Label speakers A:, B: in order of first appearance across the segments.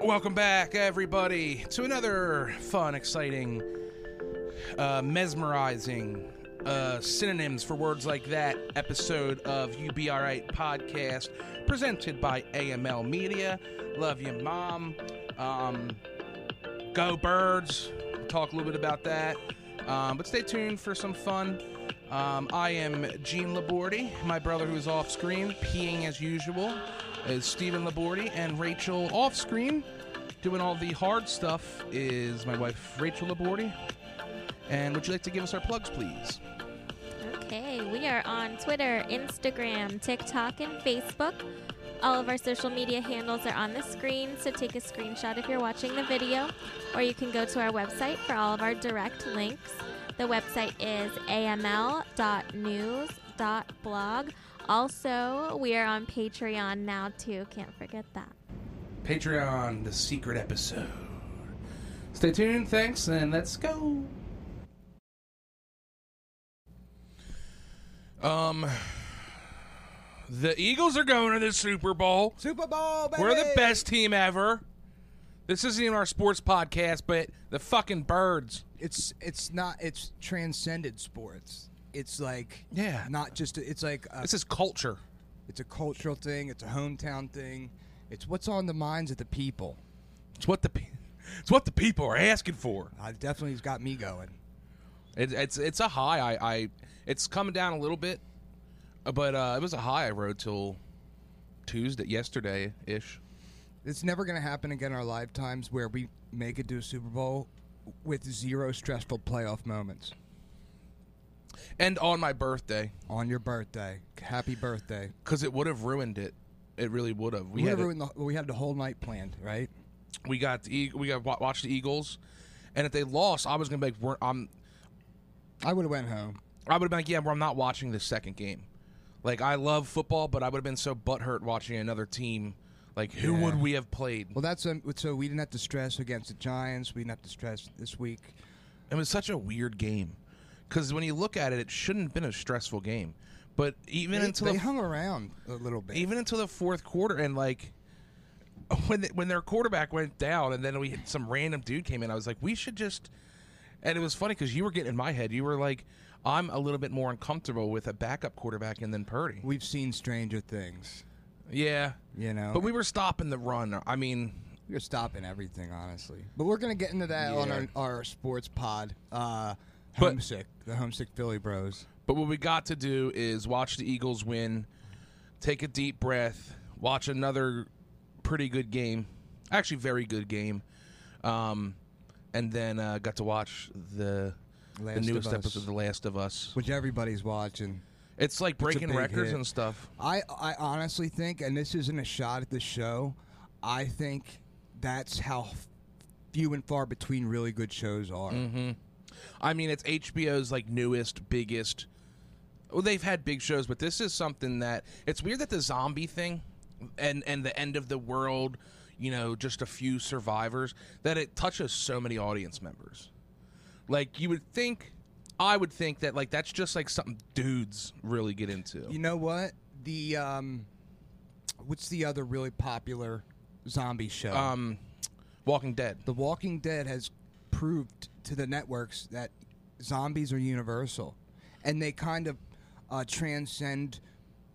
A: Welcome back, everybody, to another fun, exciting, uh, mesmerizing uh, synonyms for words like that episode of You Be Alright podcast presented by AML Media. Love you, Mom. Um, go Birds. Talk a little bit about that. Um, but stay tuned for some fun. Um, I am Gene Labordi. My brother, who's off screen, peeing as usual, is Stephen Labordi. And Rachel, off screen, doing all the hard stuff, is my wife, Rachel Labordi. And would you like to give us our plugs, please?
B: Okay, we are on Twitter, Instagram, TikTok, and Facebook. All of our social media handles are on the screen, so take a screenshot if you're watching the video, or you can go to our website for all of our direct links. The website is aml.news.blog. Also, we are on Patreon now, too. Can't forget that.
A: Patreon, the secret episode. Stay tuned, thanks, and let's go. Um, the Eagles are going to the Super Bowl.
C: Super Bowl, baby.
A: We're the best team ever. This isn't even our sports podcast, but the fucking birds.
C: It's it's not. It's transcended sports. It's like
A: Yeah.
C: not just. It's like a,
A: This is culture.
C: it's a cultural thing. It's a hometown thing. It's what's on the minds of the people.
A: It's what the pe- it's what the people are asking for.
C: Uh, definitely has got me going.
A: It, it's it's a high. I, I it's coming down a little bit, uh, but uh, it was a high I rode till Tuesday, yesterday ish.
C: It's never going to happen again in our lifetimes where we make it to a Super Bowl with zero stressful playoff moments
A: and on my birthday
C: on your birthday. Happy birthday!
A: because it would have ruined it. It really would have. We
C: We,
A: had
C: had
A: it-
C: ruined the, we had the whole night planned, right?
A: we got the Eag- we got wa- watched the Eagles, and if they lost, I was gonna be like, we're, I'm
C: I would have went home.
A: I would have been like, yeah, well, I'm not watching this second game. Like I love football, but I would have been so butthurt watching another team. Like who
C: Yeah.
A: would we have played?
C: Well, that's um, so we didn't have to stress against the Giants. We didn't have to stress this week.
A: It was such a weird game because when you look at it, it shouldn't have been a stressful game. But even
C: They,
A: until
C: they
A: the
C: hung around a little bit.
A: even until the fourth quarter, and like when the, when their quarterback went down, and then we had some random dude came in, I was like, we should just. And it was funny because you were getting in my head. You were like, I'm a little bit more uncomfortable with a backup quarterback and then Purdy.
C: We've seen Stranger Things,
A: Yeah,
C: you know.
A: but we were stopping the run. I mean,
C: You're stopping everything, honestly. But we're gonna get into that on
A: Yeah.
C: our, our sports pod. Uh,
A: But-
C: homesick, the homesick Philly Bros.
A: But what we got to do is watch the Eagles win, take a deep breath, watch another pretty good game, actually very good game, um, and then uh, got to watch the
C: Last
A: the
C: of
A: newest
C: Us.
A: episode of The Last of Us.
C: which everybody's watching.
A: It's like breaking
C: big
A: records
C: hit.
A: and stuff.
C: I I honestly think, and this isn't a shot at the show, I think that's how f- few and far between really good shows are.
A: Mm-hmm. I mean, it's HBO's like newest, biggest. Well, they've had big shows, but this is something that it's weird that the zombie thing and and the end of the world, you know, just a few survivors that it touches so many audience members. Like you would think, I would think that like that's just like something dudes really get into.
C: You know what? The um, what's the other really popular zombie show?
A: um, Walking Dead.
C: The Walking Dead has proved to the networks that zombies are universal, and they kind of uh, transcend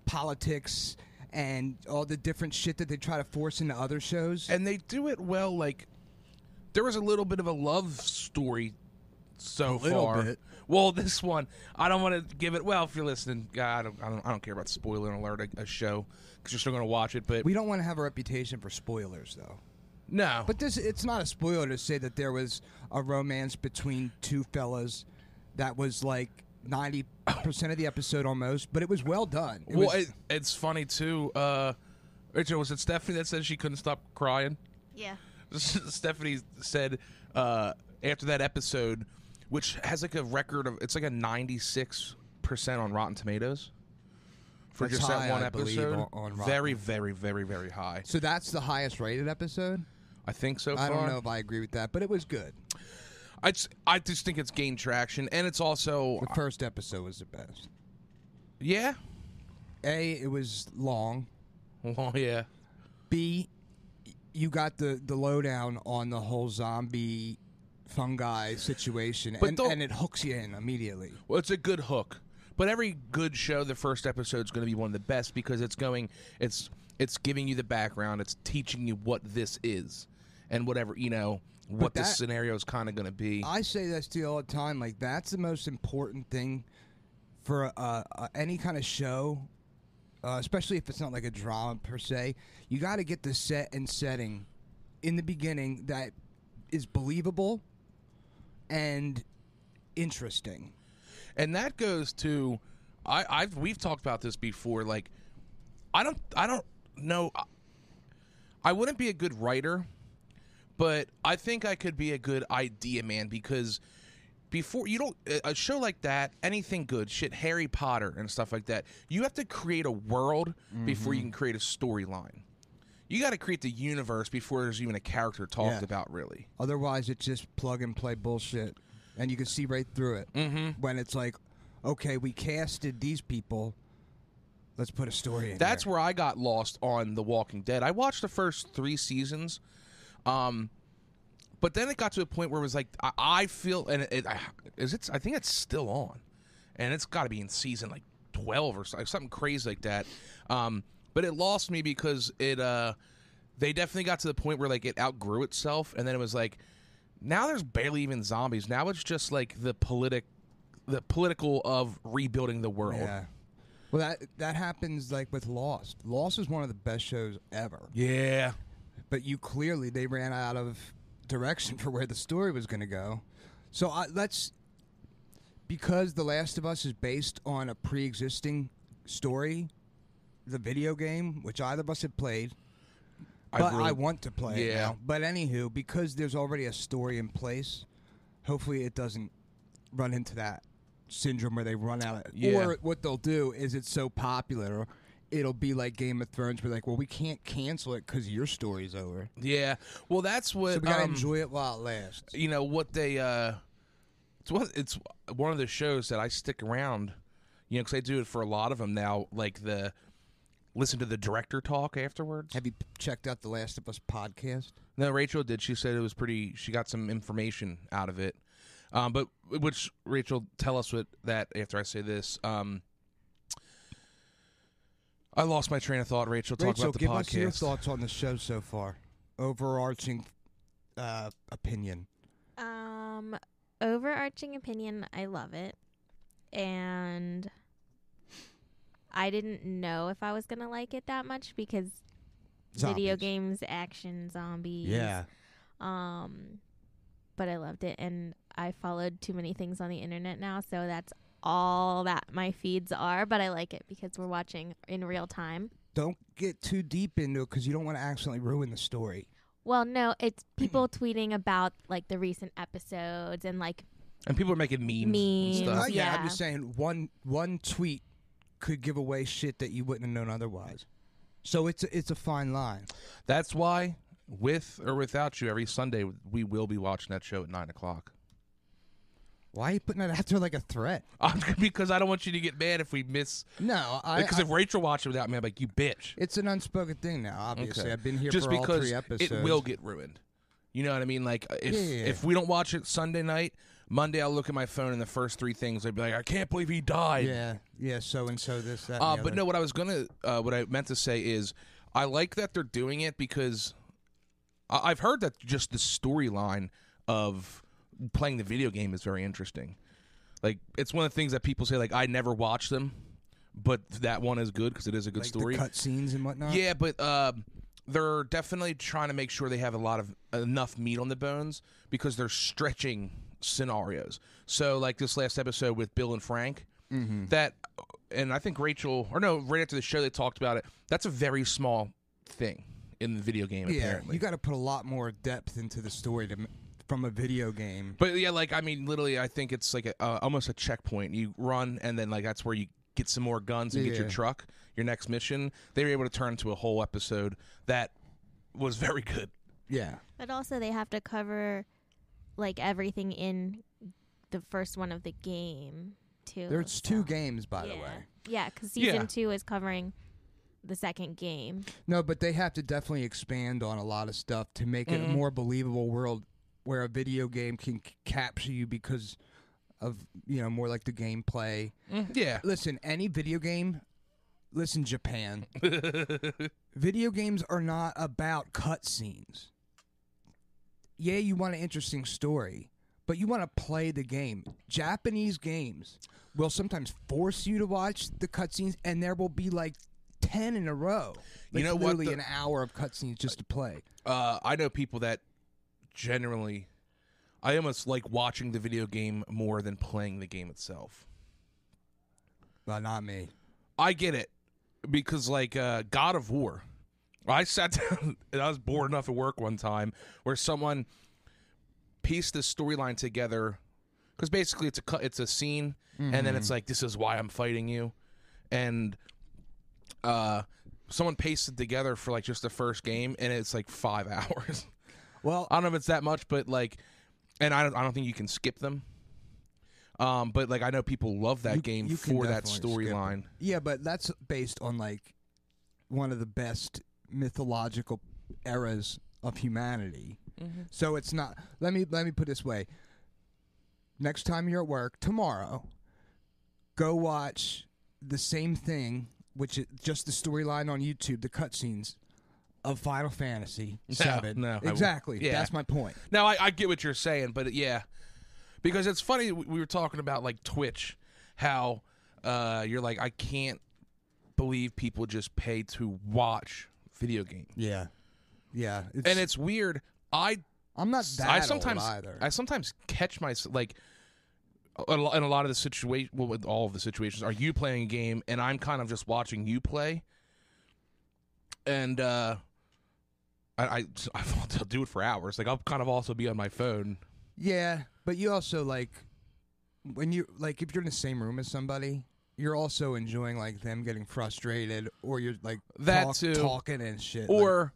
C: politics and all the different shit that they try to force into other shows.
A: and they do it well. Like there was a little bit of a love story so
C: little
A: far.
C: bit.
A: Well, this one I don't want to give it. Well, if you're listening, God, I don't, I don't, I don't care about spoiler alert a, a show because you're still going to watch it. But
C: we don't want to have a reputation for spoilers, though.
A: no,
C: But this—it's not a spoiler to say that there was a romance between two fellas that was like ninety percent of the episode almost, but it was well done. It
A: well,
C: was-
A: it, it's funny too. Uh, Rachel, was it Stephanie that said she couldn't stop crying?
B: Yeah.
A: Stephanie said uh, after that episode, which has like a record of it's like a 96 percent on Rotten Tomatoes for
C: That's
A: just that
C: high,
A: one
C: I believe,
A: episode.
C: on- on Rotten.
A: very, very, very, very high.
C: so that's the highest-rated episode.
A: I think so far.
C: I don't know if I agree with that, but it was good.
A: I just, I just think it's gained traction, and it's also
C: The first episode was the best.
A: yeah,
C: A, it was long.
A: well, yeah.
C: B, you got the the lowdown on the whole zombie fungi situation,
A: But
C: and,
A: don't-
C: and it hooks you in immediately.
A: Well, it's a good hook, but every good show, the first episode is going to be one of the best because it's going, it's it's giving you the background, it's teaching you what this is, and whatever you know what
C: that-
A: this scenario is kind of going to be.
C: I say this to you all the time. Like that's the most important thing for uh, uh, any kind of show, uh, especially if it's not like a drama per se. You got to get the set and setting in the beginning that is believable and interesting.
A: and that goes to I, I've we've talked about this before. Like, I don't I don't know. I- I wouldn't be a good writer, but I think I could be a good idea man because before you don't a- a show like that, anything good, shit, Harry Potter and stuff like that, you have to create a world before you can create a storyline. You got to create the universe before there's even a character talked
C: Yeah.
A: about, really.
C: Otherwise, it's just plug and play bullshit, and you can see right through it. Mm-hmm. When it's like, okay, we casted these people. Let's put a story in.
A: That's
C: there.
A: where I got lost on The Walking Dead. I watched the first three seasons, um, but then it got to a point where it was like I, I feel, and it, it I, is it. I think it's still on, and it's got to be in season like twelve or so- something crazy like that. Um, but it lost me because it. Uh, they definitely got to the point where like it outgrew itself, and then it was like now there's barely even zombies. Now it's just like the politic, the political of rebuilding the world.
C: Yeah. Well, that that happens like with Lost. Lost is one of the best shows ever.
A: yeah.
C: But you clearly they ran out of direction for where the story was going to go. So I, let's because The Last of Us is based on a pre-existing story, the video game, which either of us had played.
A: I
C: But I,
A: really-
C: want to play it
A: Yeah.
C: now. But anywho, because there's already a story in place, hopefully it doesn't run into that syndrome where they run out of
A: Yeah.
C: Or what they'll do is it's so popular, it'll be like Game of Thrones, where like, well, we can't cancel it because your story's over.
A: Yeah. Well, that's what
C: So we gotta
A: um,
C: enjoy it while it lasts.
A: you know what they uh it's one, it's one of the shows that I stick around, you know, cuz I do it for a lot of them now like the listen to the director talk afterwards.
C: Have you p- checked out the Last of Us podcast?
A: No, Rachel did. She said it was pretty she got some information out of it. Um but which Rachel tell us what that after I say this. Um I lost my train of thought, Rachel. Talk
C: Rachel,
A: about the
C: give
A: podcast.
C: us your thoughts on the show so far. Overarching uh, opinion.
B: Um, overarching opinion, I love it. And I didn't know if I was going to like it that much because video
C: Zombies.
B: games, action, zombies.
C: Yeah.
B: Um, but I loved it. And I followed too many things on the internet now. So that's all that my feeds are. But I like it because we're watching in real time.
C: don't get too deep into it because you don't want to accidentally ruin the story.
B: Well, no, it's people tweeting about like the recent episodes and like
A: And people are making memes.
B: Memes.
A: And
B: Uh,
A: stuff.
C: Not yet,
B: yeah.
C: I'm just saying one one tweet could give away shit that you wouldn't have known otherwise. So it's a, it's a fine line.
A: That's why, with or without you, every Sunday we will be watching that show at nine o'clock.
C: Why are you putting that out there like a threat?
A: because I don't want you to get mad if we miss.
C: No, I,
A: Because
C: I-
A: if Rachel watched it without me, I'm like, you bitch.
C: it's an unspoken thing now. Obviously, I've been here
A: just
C: for
A: because
C: all three episodes.
A: it will get ruined. You know what I mean? Like if
C: Yeah, yeah, yeah.
A: if we don't watch it Sunday night, Monday I'll look at my phone and the first three things I'd be like, I can't believe he died.
C: yeah, yeah. So and so this that. and
A: Uh,
C: the
A: but
C: other.
A: no, what I was gonna, uh, what I meant to say is, I like that they're doing it because I- I've heard that just the storyline of playing the video game is very interesting. Like it's one of the things that people say, like I never watch them, but that one is good because it is a good
C: like
A: story.
C: the cut scenes and whatnot.
A: Yeah, but um they're definitely trying to make sure they have a lot of enough meat on the bones because they're stretching scenarios. So, like this last episode with Bill and Frank,
C: Mm-hmm.
A: that, and I think Rachel, or no, right after the show, they talked about it. That's a very small thing in the video game,
C: yeah.
A: apparently.
C: You got to put a lot more depth into the story to, m- from a video game.
A: But yeah, like I mean, literally, I think it's like a, uh, almost a checkpoint. You run, and then like that's where you get some more guns and get your
C: Yeah.
A: truck. Your next mission, they were able to turn into a whole episode that was very good.
C: Yeah,
B: But also, they have to cover like everything in the first one of the game too.
C: there's
B: so-
C: two games by
B: yeah.
C: the way.
B: Yeah, because
A: Yeah.
B: season two is covering the second game.
C: No, but they have to definitely expand on a lot of stuff to make it a more believable world where a video game can c- capture you because of you know more like the gameplay.
A: Yeah.
C: Listen, any video game. Listen, Japan. video games are not about cutscenes. Yeah, you want an interesting story, but you want to play the game. Japanese games will sometimes force you to watch the cutscenes, and there will be like ten in a row.
A: You
C: Like,
A: know what
C: literally
A: the-
C: an hour of cutscenes just to play.
A: Uh, I know people that generally, I almost like watching the video game more than playing the game itself.
C: Well, not me.
A: I get it because like uh, God of War, I sat down and I was bored enough at work one time where someone pieced this storyline together because basically it's a cut, it's a scene and then it's like this is why I'm fighting you, and uh, someone pasted it together for like just the first game and it's like five hours.
C: Well,
A: I don't know if it's that much, but like, and I don't, I don't think you can skip them. Um, but like I know people love that
C: You-
A: game
C: you can
A: for that
C: definitely skip it.
A: storyline.
C: yeah, but that's based on like one of the best mythological eras of humanity. So it's not. Let me let me put it this way. Next time you're at work tomorrow, go watch the same thing, which is just the storyline on YouTube, the cutscenes of Final Fantasy Seven.
A: no, I won't.
C: exactly.
A: Yeah.
C: That's my point.
A: Now I, I get what you're saying, but yeah, because it's funny we we were talking about like Twitch, how uh, you're like I can't believe people just pay to watch video games,
C: Yeah, yeah. It's,
A: and it's weird. I
C: I'm not that
A: I
C: old
A: sometimes
C: either.
A: I sometimes catch myself like a lo- in a lot of the situation well with all of the situations are you playing a game and I'm kind of just watching you play and uh I, I, I will do it for hours. Like I'll kind of also be on my phone.
C: Yeah, but you also like when you like if you're in the same room as somebody, you're also enjoying like them getting frustrated or you're like
A: That
C: talk-
A: too.
C: talking and shit. like,
A: Or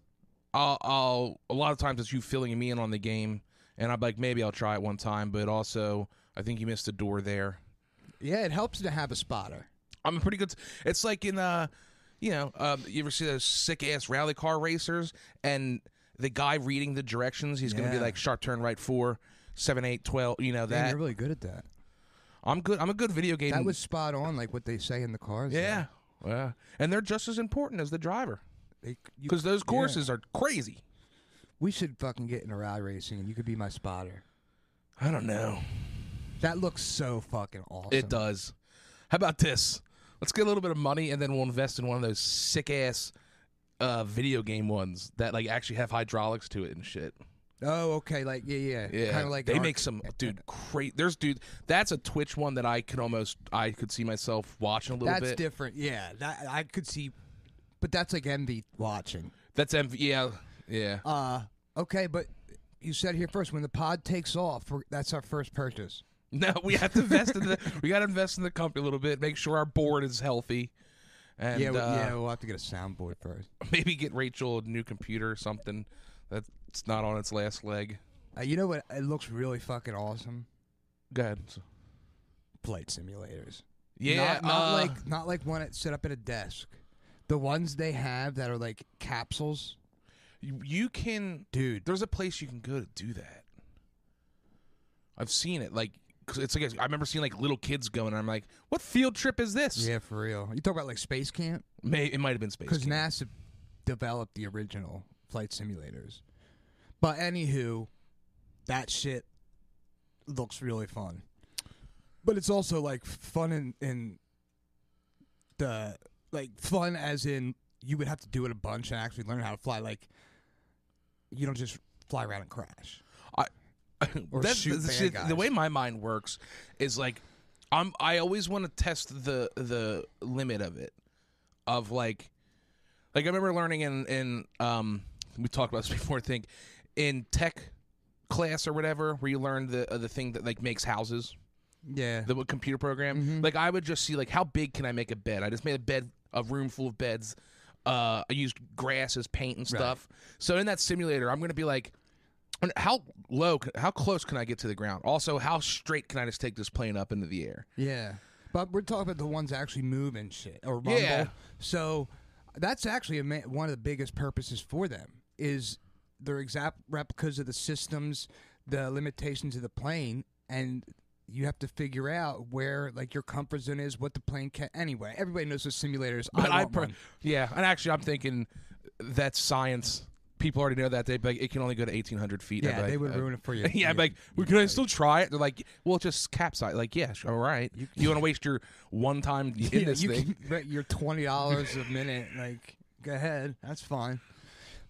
A: I'll, I'll a lot of times it's you filling me in on the game, and I'm like maybe I'll try it one time, but also I think you missed a door there.
C: yeah, it helps to have a spotter.
A: I'm a pretty good. It's like in uh, you know, um, you ever see those sick ass rally car racers and the guy reading the directions, he's gonna be
C: Yeah.
A: like sharp turn right four, seven eight twelve. You know
C: Damn,
A: that.
C: you're really good at that.
A: I'm good. I'm a good video game.
C: That was spot on, like what they say in the cars. though.
A: yeah, yeah. And they're just as important as the driver
C: They- you-
A: because those
C: yeah.
A: courses are crazy.
C: We should fucking get into rally racing, and you could be my spotter.
A: I don't know.
C: That looks so fucking awesome.
A: It does. How about this? Let's get a little bit of money and then we'll invest in one of those sick ass uh, video game ones that like actually have hydraulics to it and shit.
C: Oh, okay. Like yeah, yeah.
A: Yeah,
C: Kind of like
A: they
C: an
A: make
C: arc-
A: some dude great. There's dude. That's a Twitch one that I could almost I could see myself watching a little
C: That's
A: bit.
C: different. Yeah, that I could see, but that's like envy watching.
A: that's MV. Yeah, yeah.
C: Uh, okay, but you said here first when the pod takes off, we're- that's our first purchase.
A: No, we have to invest in the. We got to invest in the company a little bit. Make sure our board is healthy, and
C: yeah, we-
A: uh,
C: yeah, we'll have to get a soundboard first.
A: maybe get Rachel a new computer or something that's not on its last leg.
C: Uh, you know what? It looks really fucking awesome.
A: Go ahead.
C: Flight simulators.
A: Yeah,
C: not, not
A: uh,
C: like not like one that's set up at a desk. The ones they have that are like capsules,
A: you, you can.
C: dude.
A: There's a place you can go to do that. I've seen it. Like 'cause it's like I remember seeing like little kids going. and I'm like, what field trip is this?
C: Yeah, for real. You talk about like space camp
A: May it might have been space.
C: because
A: Camp.
C: NASA developed the original flight simulators. But anywho, that shit looks really fun. But it's also like fun in, in the like fun as in you would have to do it a bunch and actually learn how to fly. Like you don't just fly around and crash. Or
A: That's-
C: shoot
A: the,
C: bad
A: shit-
C: guys.
A: the way my mind works is like I'm I always want to test the the limit of it of like like I remember learning in in um we talked about this before I think in tech class or whatever where you learn the uh, the thing that like makes houses
C: Yeah,
A: the computer program
C: Mm-hmm.
A: like I would just see like how big can I make a bed I just made a bed a room full of beds uh I used grass as paint and stuff so in that simulator I'm going to be like and how low, how close can I get to the ground? Also, how straight can I just take this plane up into the air?
C: yeah. But we're talking about the ones that actually move and shit or rumble.
A: Yeah.
C: So that's actually a ma- one of the biggest purposes for them is their exact replicas of the systems, the limitations of the plane, and you have to figure out where like your comfort zone is, what the plane can. Anyway, everybody knows what simulators.
A: But
C: I,
A: I,
C: want
A: per-
C: one.
A: yeah, and actually, I'm thinking that's science. People already know that they like it can only go to 1,800 feet. I'd be
C: yeah,
A: like,
C: they would
A: uh,
C: ruin it for you.
A: Yeah, I'm like, well, can I still try it? They're like, well, just capsize. Like, yeah, sure, all right. You, want to waste your one time in
C: Yeah,
A: this
C: you
A: thing?
C: Can, right, you're twenty dollars a minute. Like, go ahead, that's fine.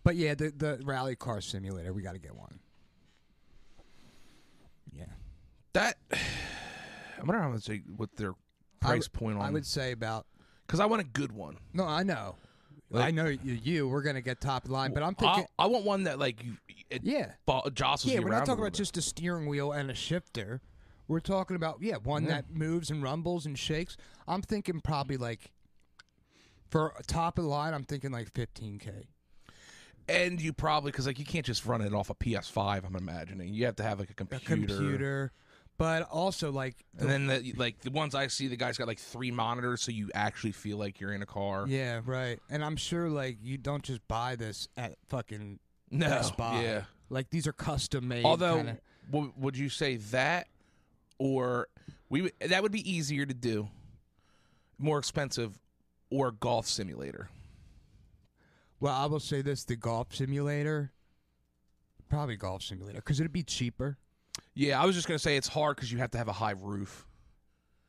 C: But yeah, the the rally car simulator, we got to get one. Yeah,
A: That I wonder how much they what their
C: I
A: price
C: would-
A: point
C: I
A: on
C: would say about.
A: because I, want a good one.
C: No, I know, I
A: Like-
C: know you, you. We're gonna get top line, but I'm thinking.
A: I, I want one that like you it
C: yeah,
A: bo- jostles
C: yeah.
A: you
C: We're
A: around
C: not
A: a
C: talking
A: little
C: about
A: bit.
C: just a steering wheel and a shifter. We're talking about yeah, one that moves and rumbles and shakes. I'm thinking probably like for top of the line. I'm thinking like 15k.
A: and you probably because like you can't just run it off a PS5. I'm imagining you have to have like a
C: a
A: computer.
C: computer, but also like the-
A: And then the, like the ones I see, the guy's got like three monitors, so you actually feel like you're in a car.
C: yeah, right. And I'm sure like you don't just buy this at fucking
A: no,
C: Best Buy.
A: Oh, yeah.
C: like these are custom made.
A: Although,
C: kinda-
A: w- would you say that or we would- that would be easier to do, more expensive, or golf simulator?
C: well, I will say this: the golf simulator, probably golf simulator, because it'd be cheaper.
A: Yeah, I was just gonna say it's hard because you have to have a high roof.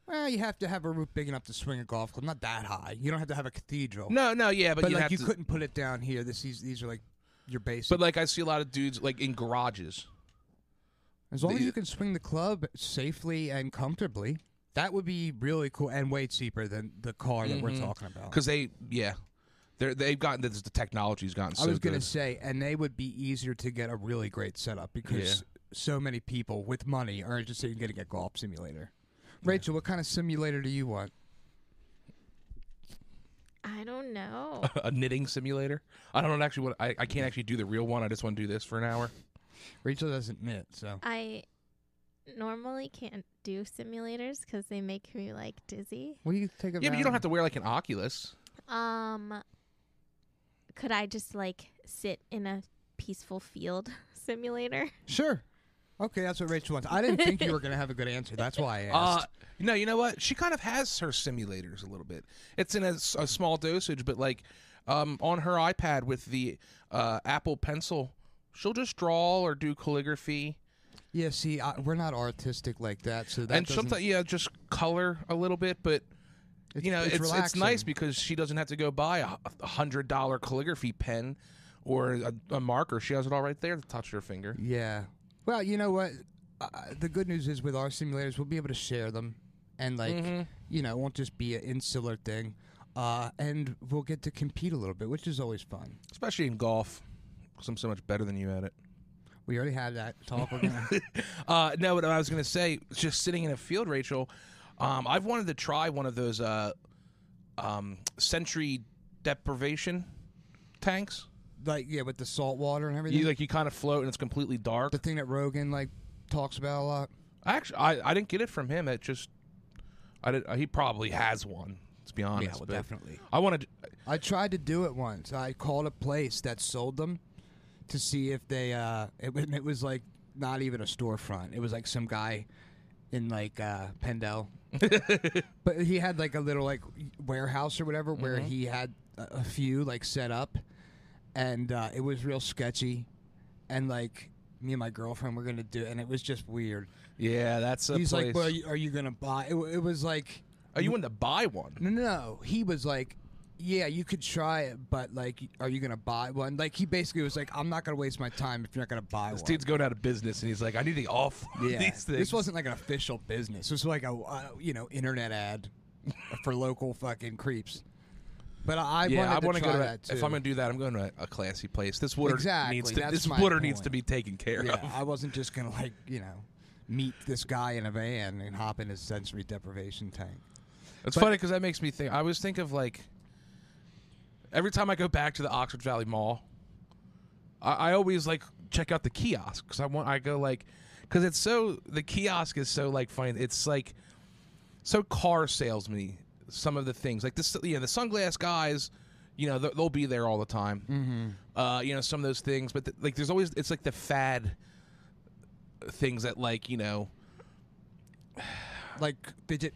C: Well, you have to have a roof big enough to swing a golf club, not that high. You don't have to have a cathedral,
A: No, no, yeah, but,
C: but
A: you
C: like
A: have
C: you
A: to.
C: couldn't put it down here. This these these are like your basic.
A: But like I see a lot of dudes like in garages.
C: As long as
A: The-
C: you can swing the club safely and comfortably, that would be really cool and way cheaper than the car that
A: Mm-hmm.
C: we're talking about.
A: because they yeah they're, they've gotten this, the technology's gotten so
C: I was going to
A: good.
C: say, and they would be easier to get a really great setup because so many people with money are interested in getting a golf simulator. Rachel, what kind of simulator do you want?
B: I don't know.
A: a knitting simulator i don't actually want I, I can't actually do the real one i just want to do this for an hour
C: Rachel doesn't knit, so
B: I normally can't do simulators because they make me like dizzy.
C: what do you think about?
A: yeah but you don't have to wear like an oculus
B: Um, could I just like sit in a peaceful field simulator?
C: Sure. Okay, that's what Rachel wants. I didn't think you were going to have a good answer. That's why I
A: uh
C: asked.
A: no you know what she kind of has her simulators a little bit it's in a, s- a small dosage but like um on her ipad with the uh apple pencil she'll just draw or do calligraphy
C: yeah, see, I, we're not artistic like that, so that
A: and
C: doesn't-
A: sometimes yeah just color a little bit but
C: it's-
A: you know, it's it's,
C: relaxing.
A: nice because she doesn't have to go buy a a hundred dollar calligraphy pen or a, a marker. She has it all right there to touch her finger.
C: Yeah. Well, you know what? Uh, the good news is with our simulators, we'll be able to share them, and like
A: Mm-hmm.
C: you know, it won't just be an insular thing. Uh, and we'll get to compete a little bit, which is always fun.
A: Especially in golf, because I'm so much better than you at it.
C: We already had that talk. We're gonna-
A: Uh, no, what I was gonna say, just sitting in a field, Rachel. Um, I've wanted to try one of those uh, um, sensory deprivation tanks.
C: like yeah, with the salt water and everything.
A: You like you kind of float and it's completely dark.
C: the thing that Rogan like talks about a lot.
A: Actually, I, I didn't get it from him. It just I did, he probably has one. To be honest, but
C: definitely.
A: I want to.
C: I tried to do it once. I called a place that sold them to see if they. Uh, it, wa- it was like not even a storefront. It was like some guy in like uh, Pendel, but he had like a little like warehouse or whatever where he had a, a few like set up, and uh, it was real sketchy, and like. Me and my girlfriend were gonna do, it, and it was just weird.
A: Yeah, that's a
C: He's
A: place.
C: like, "Well, are you, are you gonna buy?" It, wa- it was like
A: Are you in to buy one?
C: No, no, no. He was like, yeah, you could try it, but like, are you gonna buy one? Like, he basically was like, I'm not gonna waste my time if you're not gonna buy
A: This
C: one.
A: dude's going out of business, and he's like, I need to off
C: Yeah,
A: these things.
C: this wasn't like an official business. This was like a uh, you know internet ad for local fucking creeps. But I, I
A: yeah, I
C: wanted
A: want
C: to
A: go to.
C: try that too.
A: If I'm going to do that, I'm going to a classy place. This water
C: Exactly,
A: needs to.
C: that's
A: This
C: my
A: water needs
C: point.
A: to be taken care
C: yeah,
A: of.
C: I wasn't just gonna like you know meet this guy in a van and hop in his sensory deprivation tank.
A: It's funny because that makes me think. I always think of like every time I go back to the Oxford Valley Mall, I, I always like check out the kiosk because I want. I go like because it's so the kiosk is so like fine. It's like so car salesman. Some of the things like this, yeah, the sunglass guys. You know, they'll they'll be there all the time. Uh, you know, some of those things, but th- like there's always it's like the fad things that like you know
C: like fidget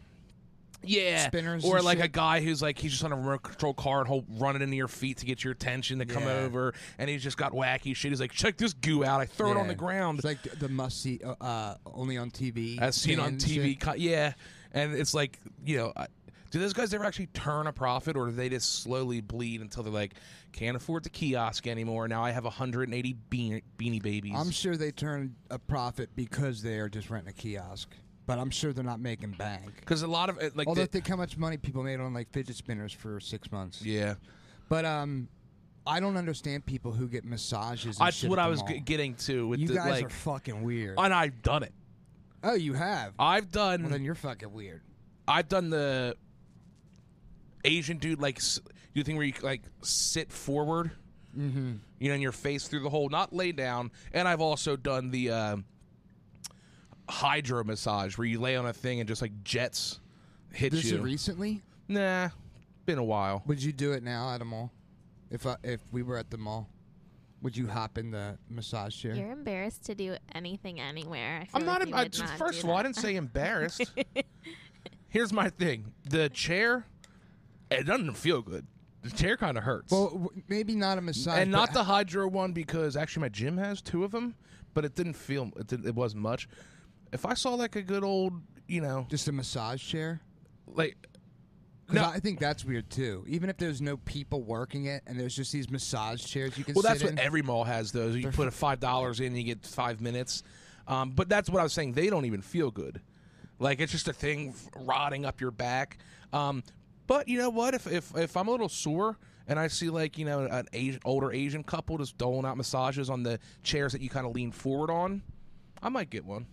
A: yeah
C: Spinners
A: or
C: and
A: like
C: shit.
A: a guy who's like he's just on a remote control car and he'll run it into your feet to get your attention to come
C: Yeah.
A: over and he's just got wacky shit he's like check this goo out i throw it on
C: Yeah.
A: the ground
C: It's like th- the must see, uh, uh, only on TV.
A: as seen on
C: fans
A: TV.
C: shit.
A: co- yeah, and it's like you know, I, do those guys ever actually turn a profit, or do they just slowly bleed until they're like, can't afford the kiosk anymore? Now I have 180 beanie, beanie babies.
C: I'm sure they turn a profit because they are just renting a kiosk, but I'm sure they're not making bank.
A: because a lot of it, like,
C: Although
A: the-
C: think how much money people made on like fidget spinners for six months.
A: yeah,
C: But um, I don't understand people who get massages. And
A: that's
C: shit
A: what
C: at
A: I
C: the
A: was
C: mall.
A: g- getting to with
C: You
A: the
C: guys
A: like,
C: are fucking weird.
A: and I've done it.
C: oh, you have.
A: I've done.
C: well, then you're fucking weird.
A: I've done the Asian dude like s- do the thing where you like sit forward, you know, and your face through the hole, not lay down. And I've also done the um hydro massage where you lay on a thing and just like jets hit
C: This
A: you.
C: is recently.
A: nah, been a while.
C: Would you do it now at a mall? If I, if we were at the mall, would you hop in the massage chair?
B: You're embarrassed to do anything anywhere. I
A: I'm
B: feel like
A: not.
B: you
A: I,
B: would
A: just,
B: not
A: first
B: do
A: of all, I
B: that.
A: didn't say embarrassed. Here's my thing: the chair. It doesn't feel good. The chair kind of hurts.
C: Well, w- maybe not a massage,
A: and not
C: but
A: the hydro one because actually my gym has two of them, but it didn't feel it, didn't, it wasn't much. If I saw like a good old, you know,
C: just a massage chair.
A: like
C: Because
A: No.
C: I think that's weird too. Even if there's no people working it, and there's just these massage chairs you can
A: well,
C: sit
A: that's
C: in.
A: what every mall has. Those you put a five dollars in, you get five minutes. Um, but that's what I was saying. They don't even feel good. Like it's just a thing f- rotting up your back. Um, but you know what? If, if if I'm a little sore and I see like you know an Asian, older Asian couple just doling out massages on the chairs that you kind of lean forward on, I might get one.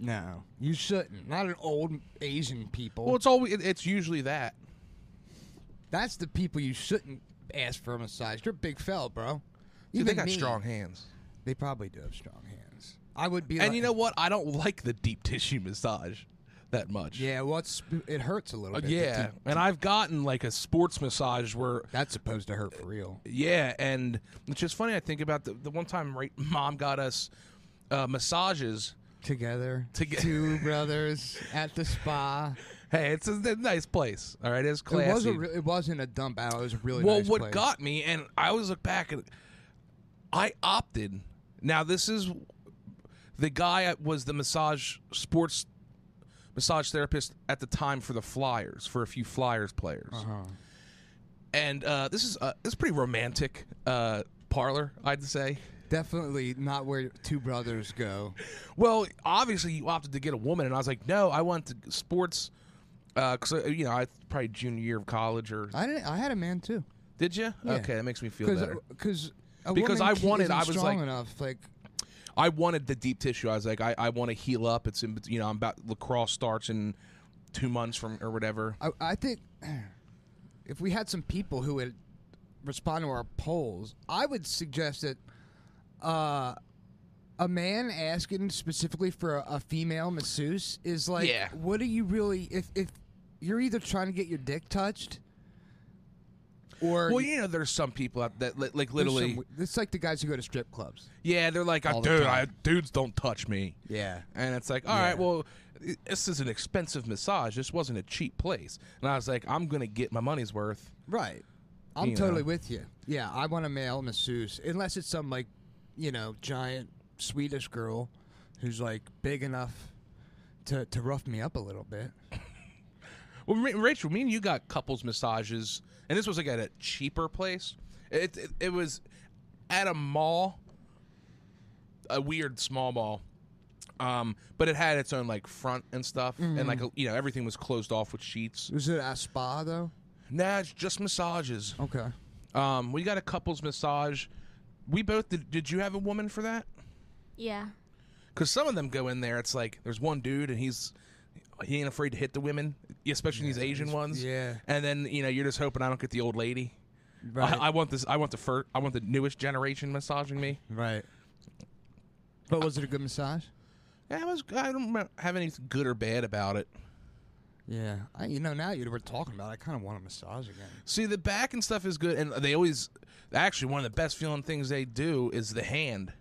C: no, you shouldn't. Not an old Asian people.
A: Well, it's always it, it's usually that.
C: that's the people you shouldn't ask for a massage. You're a big fella, bro.
A: Dude, they
C: Even
A: got
C: me.
A: strong hands.
C: They probably do have strong hands. I would be.
A: And
C: like,
A: you know what? I don't like the deep tissue massage that much.
C: yeah. Well, it's, it hurts a little
A: Uh,
C: bit. but
A: yeah.
C: dude,
A: And I've gotten like a sports massage where
C: that's supposed to hurt for real.
A: yeah, and it's just funny I think about the, the one time right mom got us uh, massages.
C: Together,
A: Toge-
C: two brothers at the spa.
A: Hey, it's a, a nice place. All right, it's classy.
C: It was a re- it wasn't a dump out. It was a really
A: well,
C: nice
A: what
C: place.
A: got me, and I always look back and I opted. Now this is the guy was the massage sports massage therapist at the time for the Flyers for a few Flyers players,
C: Uh-huh.
A: and uh, this is uh, this is pretty romantic uh, parlor, I'd say.
C: Definitely not where two brothers go.
A: Well, obviously you opted to get a woman, and I was like, no, I want to sports. Because you know, I probably junior year of college, or
C: I didn't. I had a man too. uh,
A: did you?
C: Yeah.
A: Okay, that makes me feel
C: Because
A: better.
C: because
A: Because I wanted- I was like-
C: strong enough. Like
A: I wanted the deep tissue. I was like, I, I want to heal up. It's in, bet- you know, I'm about lacrosse starts in two months from or whatever.
C: I, I think if we had some people who would respond to our polls, I would suggest that uh, a man asking specifically for a, a female masseuse is like,
A: Yeah.
C: what are you really? If if you're either trying to get your dick touched, or
A: Well, you know, there's some people out that li- like
C: there's
A: literally,
C: some- it's like the guys who go to strip clubs.
A: yeah, they're like,
C: All the
A: dude, I,
C: time.
A: dudes don't touch me,
C: Yeah.
A: and it's like, all right,
C: Yeah.
A: well, i- this is an expensive massage. This wasn't a cheap place, and I was like, I'm gonna get my money's worth.
C: Right. I'm
A: You
C: totally
A: know.
C: with you. Yeah, I want a male masseuse, unless it's some like, you know, giant Swedish girl who's like big enough to to rough me up a little bit.
A: Well, Ra- Rachel, me and you got couples massages, and this was like at a cheaper place. It it, it was at a mall, a weird small mall, um, but it had its own like front and stuff, and like you know everything was closed off with sheets.
C: Was it a spa though?
A: Nah, it's just massages.
C: Okay.
A: Um, we got a couples massage. We both did. Did you have a woman for that?
B: Yeah.
A: Because some of them go in there. It's like there's one dude and he's he ain't afraid to hit the women, especially these Asian ones.
C: yeah.
A: And then you know you're just hoping I don't get the old lady.
C: Right.
A: I, I want this. I want the first. I want the newest generation massaging me.
C: right. But was it a good massage?
A: Yeah, I was. I don't remember- have anything good or bad about it.
C: Yeah, I, you know now you were talking about. It, I kind of want a massage again.
A: See, the back and stuff is good, and they always actually one of the best feeling things they do is the hand.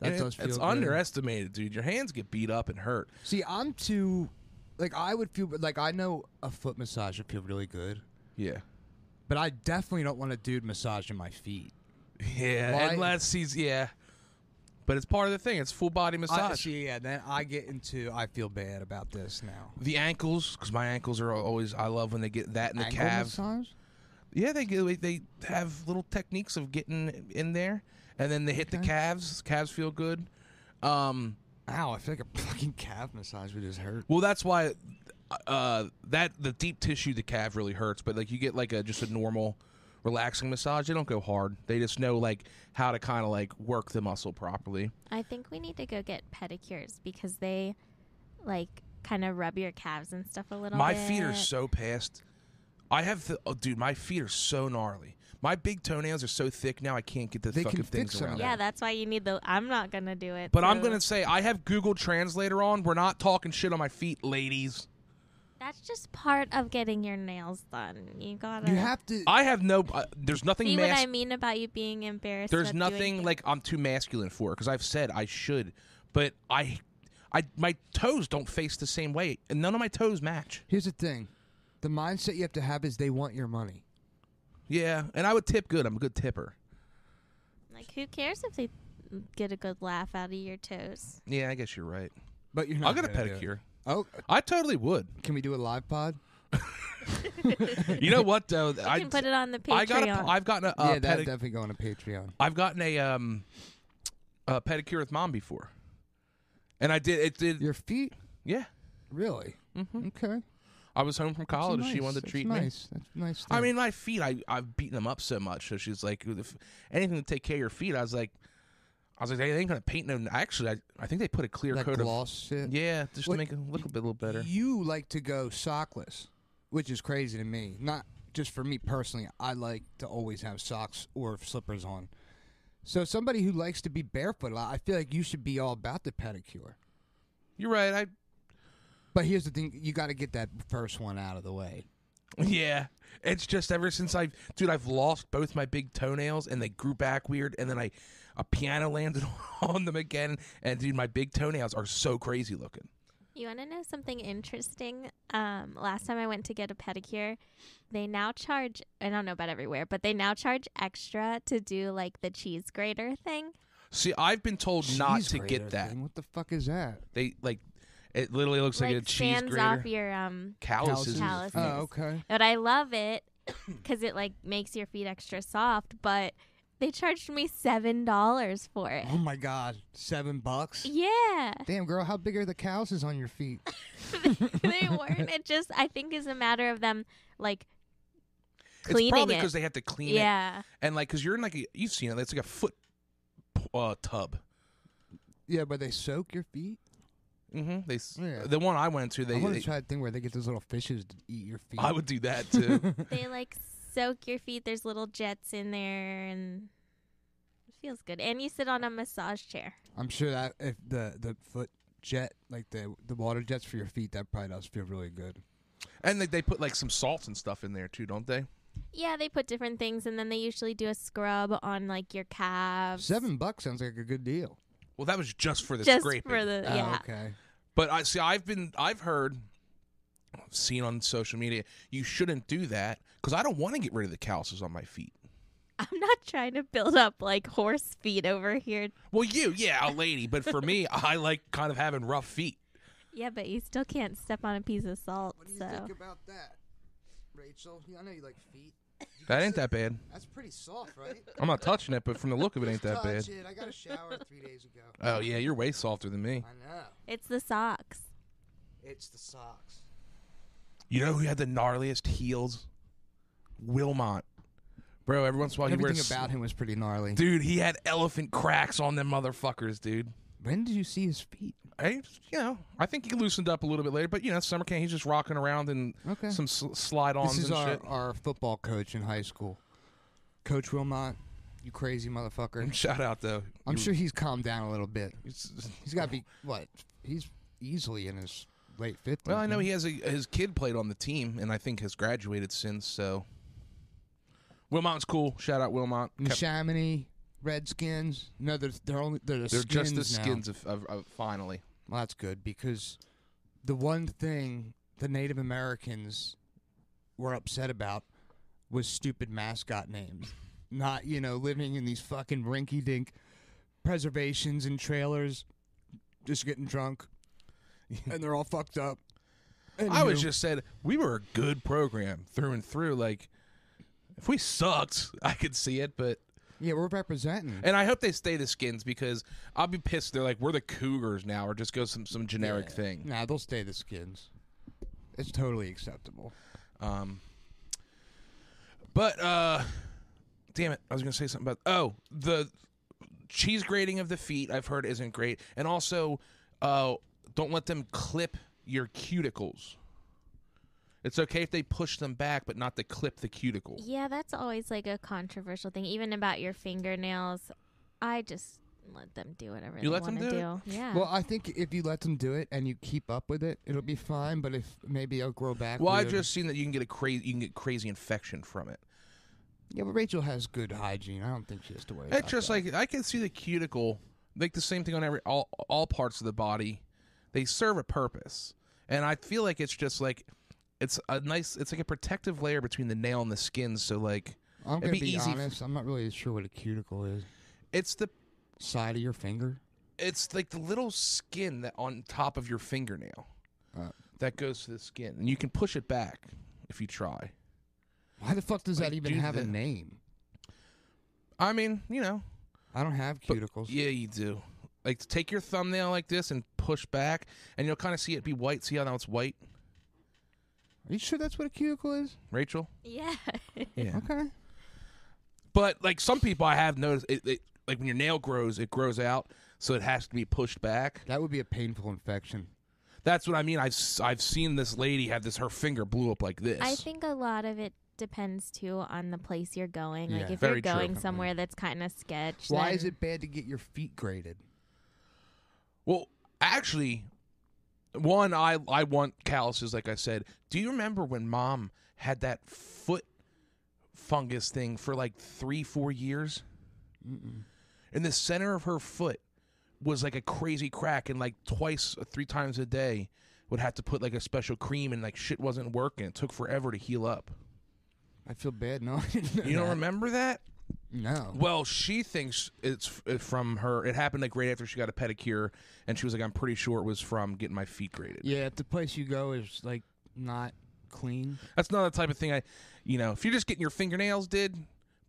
C: That
A: And it-
C: does feel
A: it's
C: good.
A: underestimated, dude. Your hands get beat up and hurt.
C: See, I'm too. Like I would feel like I know a foot massage would feel really good,
A: Yeah,
C: but I definitely don't want a dude massaging my feet.
A: yeah.
C: Why-
A: Unless he's yeah, but it's part of the thing. It's full body
C: I,
A: massage.
C: see, yeah, then I get into I feel bad about this now.
A: the ankles, because my ankles are always. I love when they get that in the
C: Ankle
A: calves.
C: massage?
A: Yeah, they go- they have little techniques of getting in there, and then they hit the
C: Okay.
A: calves. Calves feel good. Um,
C: Ow, I feel like a fucking calf massage would just hurt.
A: well, that's why uh, that the deep tissue the calf really hurts. But like you get like a just a normal relaxing massage. They don't go hard. They just know like how to kind of like work the muscle properly.
B: I think we need to go get pedicures because they like kind of rub your calves and stuff a little
A: My
B: bit.
A: feet are so past. I have the, oh, dude. My feet are so gnarly. My big toenails are so thick now. I can't get the
C: They can
A: fucking
C: fix
A: things
C: some of
A: around.
C: that.
B: Yeah, that's why you need the I'm not going to do it.
A: But I'm
B: so-
A: gonna say I have Google Translator on. We're not talking shit on my feet, ladies.
B: That's just part of getting your nails done. You got to
C: You have to.
A: I have no. Uh, there's nothing.
B: See what
A: Mas-
B: I mean about you being embarrassed.
A: there's
B: of doing
A: nothing
B: things.
A: like I'm too masculine for because I've said I should, but I, I my toes don't face the same way, and none of my toes match.
C: Here's the thing, the mindset you have to have is they want your money.
A: Yeah, and I would tip good. I'm a good tipper.
B: Like, who cares if they get a good laugh out of your toes?
A: Yeah, I guess you're right.
C: But you're not.
A: I'll get a
C: gonna do it.
A: pedicure.
C: Oh,
A: I totally would.
C: can we do a live pod?
A: You know what though?
B: You
A: I
B: can put it on the Patreon.
A: I got. A, I've gotten a. Uh,
C: yeah, that
A: pedi-
C: definitely go on a Patreon.
A: I've gotten a um, a pedicure with mom before, and I did. It did.
C: Your feet,
A: Yeah,
C: really? Mm-hmm. Okay.
A: I was home from college.
C: Nice.
A: Oh, She wanted to
C: That's
A: treat me.
C: nice. That's nice.
A: I
C: thing.
A: mean, my feet, I, I've beaten them up so much. So she's like, if anything to take care of your feet. I was like, I was like, they ain't going to paint no. Actually, I, I think they put a clear
C: that
A: coat
C: gloss shit.
A: of. Yeah, just
C: What-
A: to make it look a bit, little better.
C: You like to go sockless, which is crazy to me. Not just for me personally. I like to always have socks or slippers on. So somebody who likes to be barefoot a lot, I feel like you should be all about the pedicure.
A: You're right.
C: But here's the thing: you got to get that first one out of the way.
A: I Yeah. It's just ever since I've. Dude, I've lost both my big toenails and they grew back weird. And then I. A piano landed on them again. And dude, my big toenails are so crazy looking.
B: You want to know something interesting? Um, last time I went to get a pedicure, they now charge, I don't know about everywhere, but they now charge extra to do like the cheese grater thing.
A: See, I've been told not
C: Cheese
A: to
C: grater
A: get that.
C: thing, What the fuck is that?
A: They, like, it literally looks like,
B: like
A: a cheese
B: stands
A: grater.
B: off your, um,
A: Calluses.
B: Calluses.
C: Oh, okay.
B: but I love it because it like makes your feet extra soft, but they charged me $7 for it.
C: Oh my god, seven bucks.
B: Yeah.
C: Damn, girl, how big are the calluses on your feet?
B: they weren't. It just, I think, is a matter of them like
A: It's
B: cleaning
A: probably
B: it.
A: because they have to clean it
B: yeah.
A: and like because you're in like a, you've seen it it's like a foot uh, tub
C: Yeah, but they soak your feet.
A: mm-hmm. they s
C: Yeah.
A: the one i went to they,
C: I want
A: they-
C: to try a thing where they get those little fishes to eat your feet.
A: i would do that too
B: They like soak your feet. There's little jets in there, and it feels good. And you sit on a massage chair.
C: I'm sure that if the the foot jet, like the the water jets for your feet, that probably does feel really good.
A: and they, they put like some salt and stuff in there too don't they
B: Yeah, they put different things, and then they usually do a scrub on like your calves.
C: Seven bucks sounds like a good deal.
A: well that was just for the
B: just
A: scraping
B: for the
C: Oh,
B: Uh, yeah.
C: okay.
A: but i see i've been i've heard seen on social media you shouldn't do that because i don't want to get rid of the calluses on my feet
B: I'm not trying to build up like horse feet over here.
A: well you yeah a lady but for me i like kind of having rough feet
B: Yeah, but you still can't step on a piece of salt. So
C: about that, Rachel? I know you like feet.
A: that ain't that bad
C: That's pretty soft, right?
A: i'm not touching it but from the look of it ain't that bad
C: I got a shower three days ago.
A: oh yeah you're way softer than me
C: know.
B: it's the socks.
C: It's the socks.
A: You know who had the gnarliest heels? Wilmot. Bro, every once in a while he
C: Everything
A: wears.
C: about him was pretty gnarly.
A: dude, he had elephant cracks on them motherfuckers, dude.
C: When did you see his feet?
A: I, you know, I think he loosened up a little bit later, but you know, summer camp, he's just rocking around and
C: Okay.
A: some sl- slide-ons
C: This is
A: and
C: our,
A: shit.
C: our football coach in high school, Coach Wilmot. You crazy motherfucker!
A: Shout out though.
C: I'm
A: You-
C: sure he's calmed down a little bit.
A: it's-
C: He's got to be what? He's easily in his late 50s.
A: Well, I know
C: man.
A: he has a his kid played on the team, and I think has graduated since. So Wilmot's cool. Shout out Wilmot.
C: And
A: Kept-
C: Chamonix, Redskins. No, they're, they're only they're, the
A: they're
C: skins
A: just the
C: now.
A: skins of, of, of finally.
C: Well, that's good because the one thing the Native Americans were upset about was stupid mascot names. Not, you know, living in these fucking rinky dink preservations and trailers, just getting drunk. and they're all fucked up. And
A: I was
C: you-
A: just said we were a good program through and through. Like if we sucked, I could see it, but
C: Yeah, we're representing.
A: and I hope they stay the skins because I'll be pissed. They're like we're the Cougars now, or just go some some generic thing.
C: Nah, they'll stay the skins. It's totally acceptable.
A: Um, but uh, damn it, I was gonna say something about oh the cheese grating of the feet. I've heard isn't great, and also uh, don't let them clip your cuticles. It's okay if they push them back, but not to clip the cuticle.
B: Yeah, that's always like a controversial thing, even about your fingernails. I just let them do whatever
A: You
B: they
A: let them
B: want to do.
A: do
B: Yeah.
C: Well, I think if you let them do it and you keep up with it, it'll be fine. But if maybe I'll grow back.
A: Well, I've
C: weird.
A: just seen that you can get a crazy you can get crazy infection from it.
C: yeah, but Rachel has good hygiene. I don't think she has to worry.
A: It's
C: about
A: just
C: that.
A: like I can see the cuticle, like the same thing on every all all parts of the body. They serve a purpose, and I feel like it's just like it's a nice, it's like a protective layer between the nail and the skin. So like,
C: I'm
A: it'd
C: gonna
A: be
C: be,
A: easy f-
C: honest. I'm not really sure what a cuticle is.
A: it's the
C: Side of your finger.
A: it's like the little skin that on top of your fingernail
C: Uh,
A: that goes to the skin, and you can push it back if you try.
C: Why the fuck does
A: Why you
C: that even
A: do
C: have a
A: that?
C: name?
A: I mean, you know,
C: I don't have
A: But-
C: cuticles.
A: Yeah, you do. Like take your thumbnail like this and push back, and you'll kind of see it be white. See how now it's white,
C: Are you sure that's what a cuticle is?
A: Rachel.
B: yeah.
A: Yeah.
C: Okay.
A: But like some people, I have noticed it, it. Like when your nail grows, it grows out, so it has to be pushed back.
C: That would be a painful infection.
A: That's what I mean. I've s- I've seen this lady have this. Her finger blew up like this.
B: I think a lot of it depends too on the place you're going.
C: Yeah. Mm-hmm.
B: like if
A: Very
B: you're
A: true.
B: going somewhere that's kind of sketch.
C: Why is
B: then-
C: it bad to get your feet graded?
A: Well, actually, one I I want calluses. Like I said, do you remember when Mom had that foot fungus thing for like three four years? In the center of her foot was like a crazy crack, and like twice uh, three times a day would have to put like a special cream, and like shit wasn't working. It took forever to heal up.
C: I feel bad. No, I didn't know
A: You don't
C: that.
A: remember that?
C: No.
A: Well, she thinks it's f- from her. It happened like right after she got a pedicure, and she was like, "I'm pretty sure it was from getting my feet graded."
C: Yeah, if the place you go is like not clean.
A: That's not the type of thing I, you know, if you're just getting your fingernails did,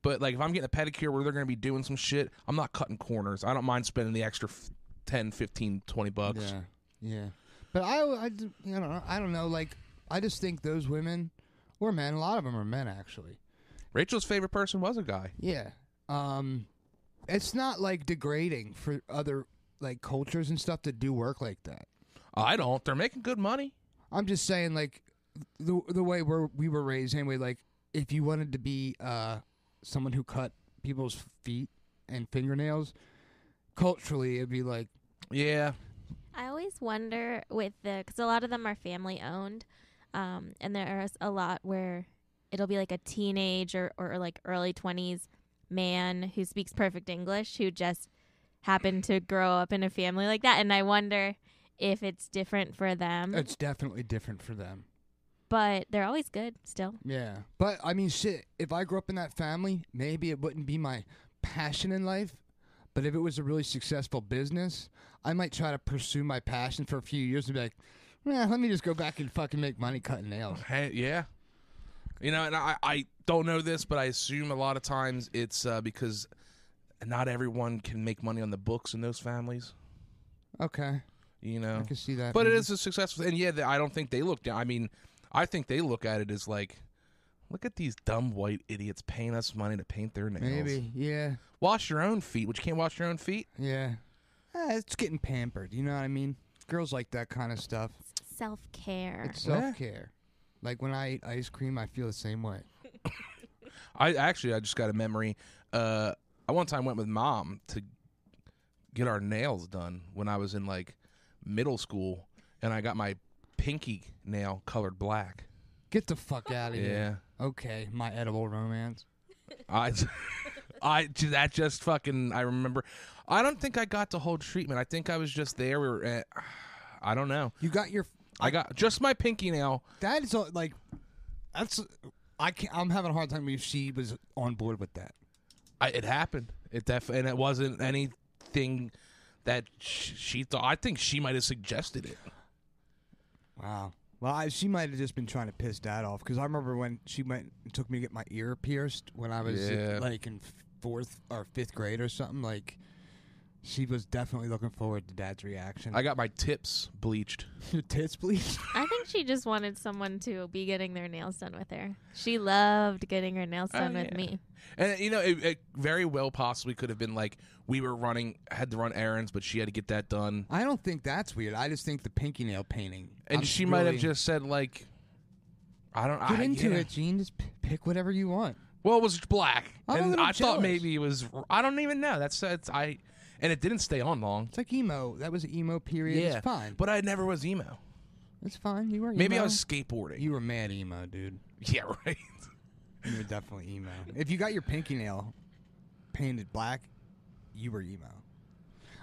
A: but like if I'm getting a pedicure where they're going to be doing some shit, I'm not cutting corners. I don't mind spending the extra f- 10, 15, 20 bucks.
C: Yeah, yeah. But I, I, d- you know, I don't know. Like, I just think those women or men. A lot of them are men, actually.
A: Rachel's favorite person was a guy.
C: Yeah. Um, it's not like degrading for other like cultures and stuff to do work like that.
A: I don't. They're making good money.
C: I'm just saying, like, the the way we're we were raised anyway. Like, if you wanted to be uh someone who cut people's feet and fingernails, culturally, it'd be like,
A: Yeah.
B: I always wonder with the because a lot of them are family owned, um, and there is a lot where it'll be like a teenage or, or like early twenties man who speaks perfect English who just happened to grow up in a family like that, and I wonder if it's different for them.
C: it's definitely different for them.
B: but they're always good still.
C: Yeah. But I mean, shit, if I grew up in that family, maybe it wouldn't be my passion in life. But if it was a really successful business, I might try to pursue my passion for a few years and be like, nah, let me just go back and fucking make money cutting nails.
A: Hey, yeah. You know, and I, I don't know this, but I assume a lot of times it's uh, because not everyone can make money on the books in those families,
C: Okay.
A: you know.
C: I can see that.
A: But it
C: maybe.
A: is a successful, and yeah, they- I don't think they look down. I mean, I think they look at it as like, look at these dumb white idiots paying us money to paint their nails.
C: Maybe. Yeah.
A: wash your own feet, which you can't wash your own feet.
C: Yeah. Eh, it's getting pampered. You know what I mean? Girls like that kind of stuff.
B: Self care.
C: It's
A: Yeah.
C: self care. Like when I eat ice cream, I feel the same way.
A: I actually, I just got a memory. Uh, I one time went with mom to get our nails done when I was in like middle school, and I got my pinky nail colored black.
C: Get the fuck out of
A: Yeah.
C: here. Okay, my edible romance.
A: I, I that just fucking I remember. I don't think I got the whole treatment. I think I was just there. We were. At, I don't know.
C: You got your.
A: I got just my pinky nail.
C: That is all- like. That's. I can't, I'm having a hard time if she was on board with that.
A: I, it happened. It def and it wasn't anything that sh- she thought. I think she might have suggested it.
C: Wow. Well, I, she might have just been trying to piss dad off because I remember when she went and took me to get my ear pierced when I was
A: Yeah.
C: like in fourth or fifth grade or something. Like, she was definitely looking forward to dad's reaction.
A: I got my tips bleached.
C: your tits bleached.
B: I think she just wanted someone to be getting their nails done with her. She loved getting her nails done with
A: Oh, yeah.
B: me.
A: And you know, it, it very well possibly could have been like we were running, had to run errands, but she had to get that done,
C: I don't think that's weird. I just think the pinky nail painting.
A: and
C: I'm
A: she might have
C: really-
A: just said like, "I don't
C: Get
A: I,
C: into
A: yeah.
C: it, Gene. Just p- pick whatever you want.
A: Well, it was black,
C: I'm a
A: and
C: little
A: I thought
C: jealous.
A: maybe it was. I don't even know. That's that's I, and it didn't stay on long.
C: It's like emo. That was an emo period. It's fine.
A: but I never was emo.
C: it's fine. You were
A: Maybe I
C: emo.
A: was skateboarding.
C: You were mad emo, dude.
A: yeah, right.
C: You were definitely emo. If you got your pinky nail painted black, you were emo.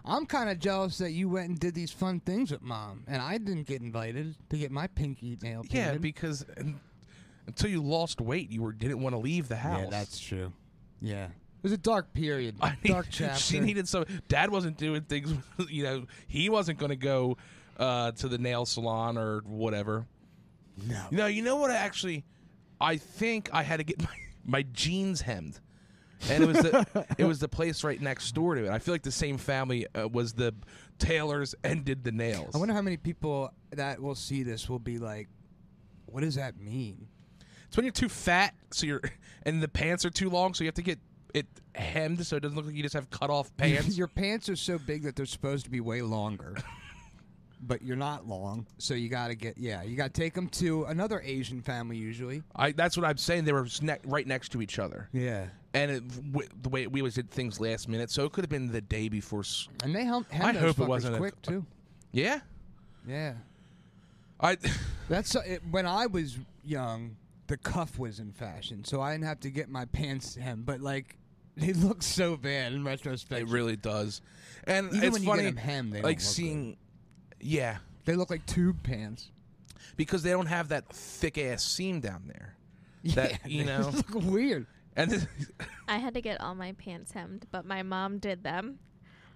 C: I'm kind of jealous that you went and did these fun things with mom, and I didn't get invited to get my pinky nail painted.
A: yeah, because un until you lost weight, you were didn't want to leave the house.
C: yeah, that's true. Yeah, it was a dark period,
A: I need-
C: dark chapter.
A: She needed so dad wasn't doing things. You know, he wasn't going to go uh, to the nail salon or whatever.
C: no.
A: No, you know what? Actually, I think I had to get my, my jeans hemmed, and it was the, it was the place right next door to it. I feel like the same family uh, was the tailors and did the nails.
C: I wonder how many people that will see this will be like, "What does that mean?"
A: it's when you're too fat, so you're and the pants are too long, so you have to get it hemmed so it doesn't look like you just have cut off pants.
C: Your pants are so big that they're supposed to be way longer, but you're not long, so you got to get yeah, you got to take them to another Asian family usually.
A: I, that's what I'm saying. They were ne- right next to each other,
C: Yeah,
A: and it, w- the way we always did things last minute, so it could have been the day before. s-
C: and they hem, hem
A: I
C: those
A: hope it
C: fuckers
A: wasn't a-
C: quick too.
A: Yeah,
C: Yeah,
A: I.
C: that's so- it, when I was young. The cuff was in fashion, so I didn't have to get my pants hemmed. But like, they look so bad in retrospect.
A: It really does, and
C: Even
A: it's
C: when you get
A: funny.
C: them hemmed, they don't
A: like
C: look good.
A: seeing, yeah,
C: they look like tube pants.
A: because they don't have that thick ass seam down there.
C: yeah,
A: That, you
C: they
A: know.
C: look weird.
A: And this,
B: I had to get all my pants hemmed, but my mom did them.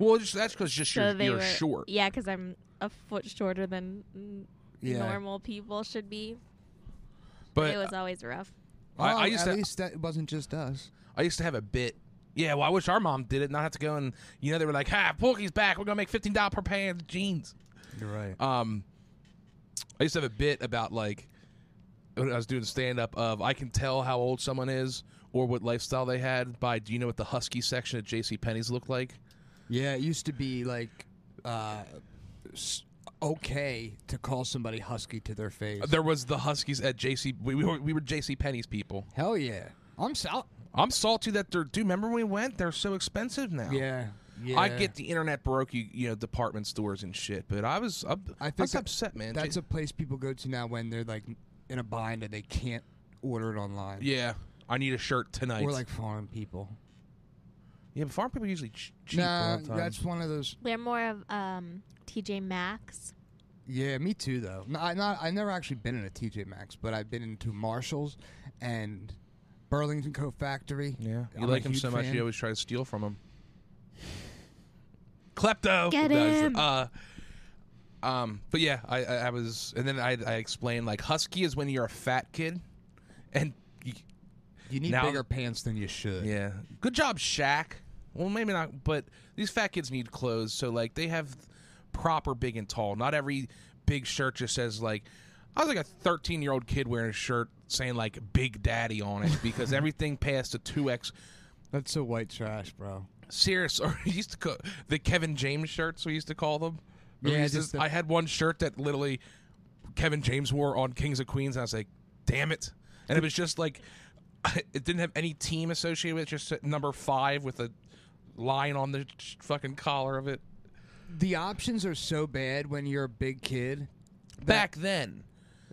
A: well, just, that's because just
B: So
A: you're,
B: they
A: you're
B: were
A: short.
B: Yeah, because I'm a foot shorter than mm,
C: Yeah.
B: normal people should be.
A: But
B: it was always rough.
A: I, I
C: Well,
A: used
C: at
A: to,
C: least that wasn't just us.
A: I used to have a bit. Yeah, well, I wish our mom did it, not have to go and you know they were like, "Ha, Porky's back. We're gonna make fifteen dollars per pair of jeans."
C: You're right.
A: Um, I used to have a bit about like when I was doing stand up of I can tell how old someone is or what lifestyle they had by do you know what the husky section at J.C. Penney's looked like?
C: Yeah, it used to be like uh, s- okay to call somebody husky to their face.
A: There was the Huskies at JC. We, we were we were JC Penney's people.
C: Hell yeah, I'm sal.
A: I'm salty that they're. Dude, remember when we went? They're so expensive now.
C: Yeah, yeah.
A: I get the internet baroque, you, you know, department stores and shit, but I was up, I,
C: I think
A: was
C: that-
A: upset, man.
C: That's
A: J-
C: a place people go to now when they're like in a bind and they can't order it online.
A: yeah. I need a shirt tonight.
C: Or like foreign people.
A: yeah, but farm people are usually ch- cheap.
C: Nah,
A: all the time.
C: that's one of those.
B: They're more of um, TJ Maxx.
C: Yeah, me too. Though no, I not I never actually been in a TJ Maxx, but I've been into Marshalls and Burlington Co Factory.
A: Yeah, you
C: I'm a
A: like him
C: huge
A: so much,
C: fan.
A: you always try to steal from him. Klepto.
B: Get
A: No, it's-
B: him.
A: Uh, um, but yeah, I, I, I was, and then I, I explained like husky is when you're a fat kid, and y-
C: You need
A: Now-
C: bigger pants than you should.
A: yeah, good job, Shaq. Well, maybe not, but these fat kids need clothes, so like they have proper big and tall. Not every big shirt just says like. I was like a 13 year old kid wearing a shirt saying like Big Daddy on it because everything past a 2X
C: That's so white trash, bro.
A: Serious, or we used to call the Kevin James shirts. We used to call them. We
C: Yeah,
A: used to-
C: just the-
A: I had one shirt that literally Kevin James wore on Kings of Queens. And I was like, damn it! And it was just like it didn't have any team associated with it. Just said number five with a lion on the sh- fucking collar of it.
C: The options are so bad when you're a big kid
D: back then.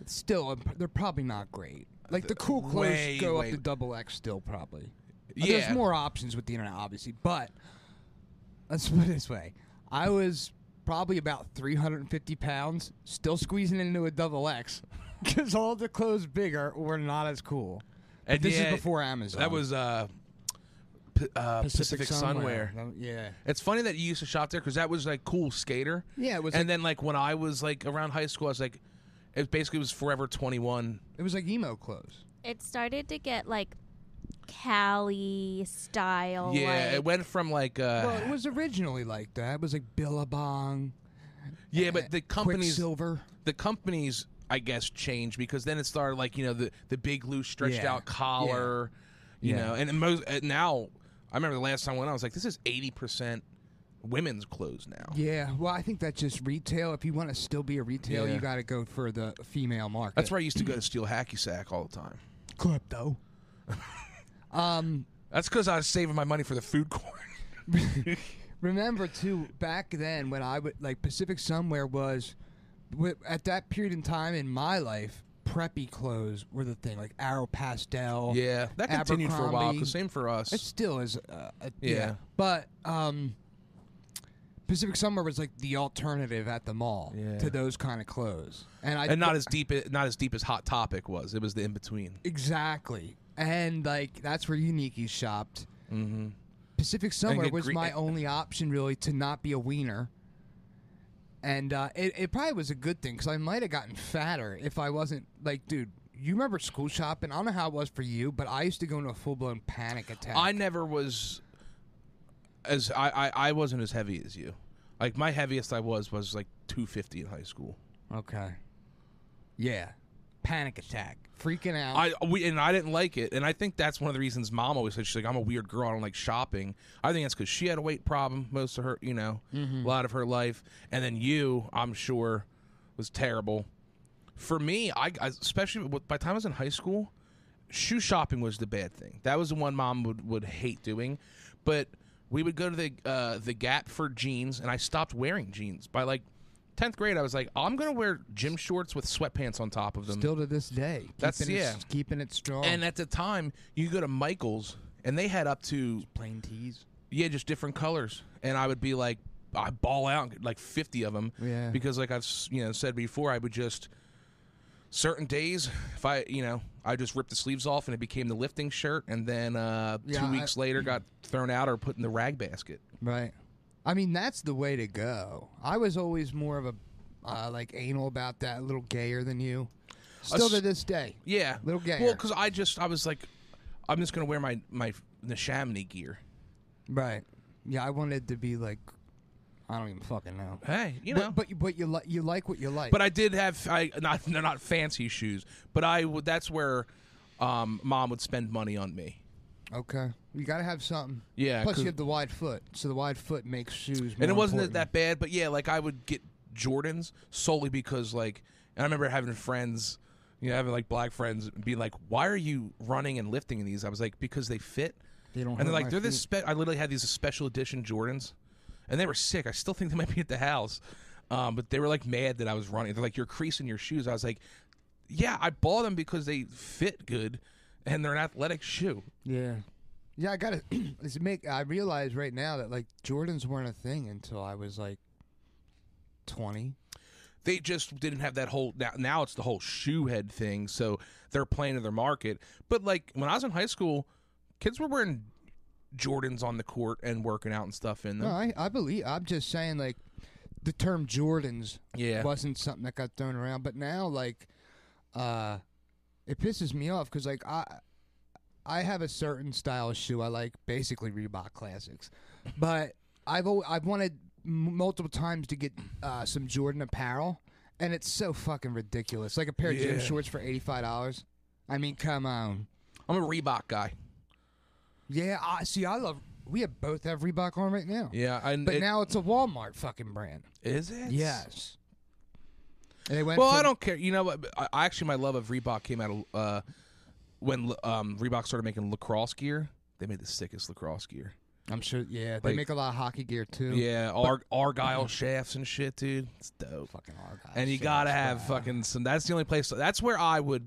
C: Still, um, they're probably not great. Like the cool clothes
A: way,
C: go
A: way-
C: up to double X still probably. Uh,
A: Yeah.
C: There's more options with the internet, obviously, but let's put it this way: I was probably about 350 pounds, still squeezing into a double X because all the clothes bigger were not as cool. But
A: And
C: this
A: yeah,
C: is before Amazon.
A: That was uh, P- uh, Pacific, Sunwear.
C: That- Yeah.
A: It's funny that you used to shop there because that was like cool skater.
C: Yeah, it was
A: And
C: like-
A: then like when I was like around high school, I was like, it basically was Forever Twenty One.
C: It was like emo clothes.
B: It started to get like Cali style.
A: yeah,
B: like-
A: it went from like uh,
C: Oh, Well, it was originally like that. It was like Billabong,
A: yeah, but the companies,
C: Silver.
A: the companies, I guess, changed because then it started like you know the the big loose stretched
C: Yeah.
A: out collar, you
C: Yeah.
A: know, and most and now I remember the last time when I was like, this is eighty percent women's clothes now.
C: Yeah, well, I think that's just retail. If you want to still be a retail,
A: Yeah.
C: you got to go for the female market.
A: That's where I used to go to steal hacky sack all the time.
C: Klepto. um,
A: That's because I was saving my money for the food court.
C: remember too, back then when I would like Pacific Somewhere was wi- at that period in time in my life, preppy clothes were the thing, like Arrow Pastel.
A: yeah, that continued for a while.
C: Abercrombie.
A: Cause same for us.
C: It still is. Uh, a,
A: Yeah.
C: yeah. But um, Pacific Summer was like the alternative at the mall
A: Yeah.
C: to those kind of clothes, and I
A: and not as deep not as deep as hot topic was it was the in between
C: exactly, and like that's where Uniqe shopped. Mm-hmm. Pacific Summer
A: get
C: was
A: gre- eh,
C: my only option really to not be a wiener. And uh, it, it probably was a good thing because I might have gotten fatter if I wasn't like, dude. You remember school shopping? I don't know how it was for you, but I used to go into a full blown panic attack.
A: i never was as I, I i wasn't as heavy as you like my heaviest i was was like 250 in high school
C: Okay. Yeah. Panic attack. Freaking out.
A: i we and i didn't like it and i think that's one of the reasons mom always said she's like i'm a weird girl i don't like shopping i think that's because she had a weight problem most of her you know a lot of her life and then you i'm sure was terrible for me i, I especially with- by the time i was in high school shoe shopping was the bad thing. That was the one mom would, would hate doing. But we would go to the uh, the Gap for jeans, and I stopped wearing jeans by like tenth grade. I was like, I'm gonna wear gym shorts with sweatpants on top of them.
C: Still to this day.
A: That's-
C: keeping
A: yeah.
C: It, keeping it strong.
A: And at the time, you go to Michaels, and they had up to
C: plain tees.
A: yeah, just different colors, and I would be like, I ball out and get, like fifty of them,
C: Yeah.
A: because like I've s- you know said before, I would just certain days if I you know I just ripped the sleeves off and it became the lifting shirt, and then uh,
C: Yeah,
A: two
C: I-
A: weeks later got thrown out or put in the rag basket.
C: Right. I mean, that's the way to go. I was always more of a uh, like anal about that, a little gayer than you. Still
A: s-
C: to this day.
A: Yeah,
C: Little gayer.
A: Well, because I just I was like, I'm just gonna wear my my the Chamonix gear.
C: Right. Yeah, I wanted to be like I don't even fucking know.
A: Hey, you
C: But-
A: know,
C: But, you but you like you like what you like.
A: But I did have I not they're not fancy shoes, but I would that's where um, mom would spend money on me.
C: okay. You got to have something.
A: Yeah,
C: Plus
A: 'cause-
C: you have the wide foot. So the wide foot makes shoes more
A: and it wasn't
C: important.
A: that bad, but yeah, like I would get Jordans solely because like and I remember having friends, you know, having like black friends be like, "Why are you running and lifting in these?" I was like, "Because they fit."
C: They don't
A: and
C: hurt
A: they're like,
C: my
A: "They're this." Spe- I literally had these special edition Jordans, and they were sick. I still think they might be at the house, um, but they were like mad that I was running. They're like, "You're creasing your shoes." I was like, "Yeah, I bought them because they fit good." And they're an athletic shoe.
C: Yeah. Yeah, I gotta it's make I realize right now that like Jordans weren't a thing until I was like twenty.
A: they just didn't have that whole now, now it's the whole shoe head thing so they're playing to their market but like when i was in high school kids were wearing jordans on the court and working out and stuff in
C: No,
A: them
C: I, I believe I'm just saying like the term Jordans
A: yeah
C: wasn't something that got thrown around. But now like uh it pisses me off because like I I have a certain style of shoe I like, basically Reebok classics. But I've al- I've wanted m- multiple times to get uh, some Jordan apparel, and it's so fucking ridiculous. Like a pair of gym
A: Yeah.
C: shorts for eighty five dollars. I mean, come on.
A: i'm a reebok guy
C: Yeah, I see. I love. We have both have Reebok on right now,
A: yeah and
C: but
A: it-
C: now it's a Walmart fucking brand.
A: is it
C: Yes. And they went
A: well
C: from-
A: i don't care you know what I- I, actually my love of reebok came out of uh when um reebok started making lacrosse gear they made the sickest lacrosse gear
C: I'm sure. Yeah,
A: Like-
C: they make a lot of hockey gear too.
A: Yeah, Ar- Argyle shafts and shit, dude. It's dope.
C: fucking Argyle.
A: and you
C: shit,
A: gotta
C: that's
A: have
C: right.
A: fucking some. That's the only place. That's where I would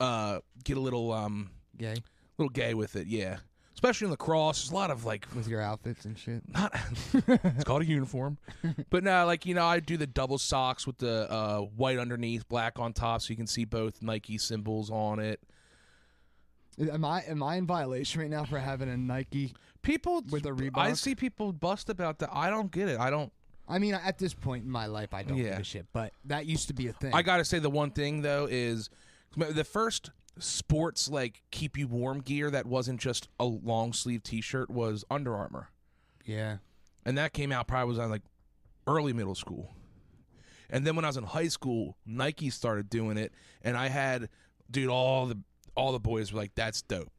A: uh get a little um
C: gay
A: little gay with it. Yeah, especially in lacrosse. There's a lot of like
C: with your outfits and shit.
A: not. it's called a uniform, but no, like you know, I do the double socks with the uh white underneath, black on top, so you can see both Nike symbols on it.
C: Am I am I in violation right now for having a Nike?
A: People
C: With a
A: I
C: Reebok?
A: see people bust about that. I don't get it. I don't.
C: I mean, at this point in my life, I don't
A: Yeah.
C: give a shit. But that used to be a thing.
A: I gotta say the one thing though is the first sports like keep you warm gear that wasn't just a long sleeve t shirt was Under Armour,
C: yeah.
A: and that came out probably was on like early middle school, and then when I was in high school, Nike started doing it, and I had dude all the all the boys were like that's dope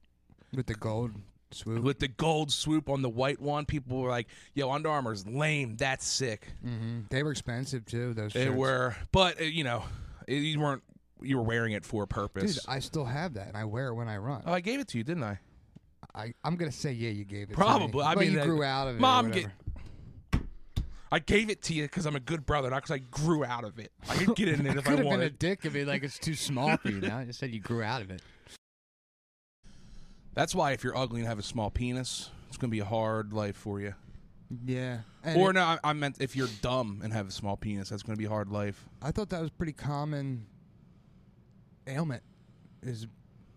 C: With the gold swoop.
A: with the gold swoop on the white one. People were like, "Yo, Under Armour's lame. That's sick."
C: hmm They were expensive too. Those
A: They
C: shirts.
A: were, but uh, you know, it, you weren't. You were wearing it for a purpose.
C: Dude, I still have that, and I wear it when I run.
A: oh, I gave it to you, didn't I?
C: I, I'm gonna say, yeah, you gave it. to me.
A: Probably. I
C: Well,
A: mean,
C: you
A: uh,
C: grew out of it. or
A: Mom, get-
C: whatever.
A: I gave it to you because I'm a good brother, not because I grew out of it. I could get in it if I
C: Could have been a
A: wanted.
C: dick and be like, it's too small for you now. I just said you grew out of it.
A: That's why if you're ugly and have a small penis, it's gonna be a hard life for you.
C: Yeah.
A: or no, I, I meant if you're dumb and have a small penis, that's gonna be a hard life.
C: I thought that was pretty common ailment is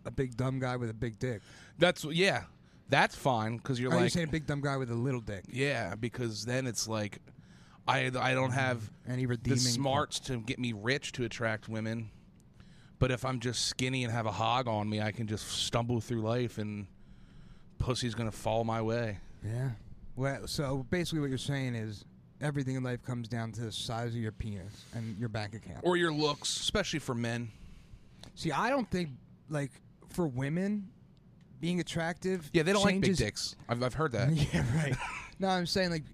C: a big dumb guy with a big dick.
A: That's yeah, that's fine because you're
C: Are you
A: like
C: saying big dumb guy with a little dick?
A: yeah, because then it's like I I don't have
C: Any
A: the
C: redeeming
A: smarts to get me rich to attract women, but if I'm just skinny and have a hog on me, I can just stumble through life and pussy's gonna fall my way.
C: Yeah. Well, so basically, what you're saying is everything in life comes down to the size of your penis and your bank account.
A: or your looks, especially for men.
C: See, I don't think like for women being attractive.
A: Yeah, they don't
C: changes-
A: like big dicks. I've, I've heard that.
C: Yeah, right. no, I'm saying like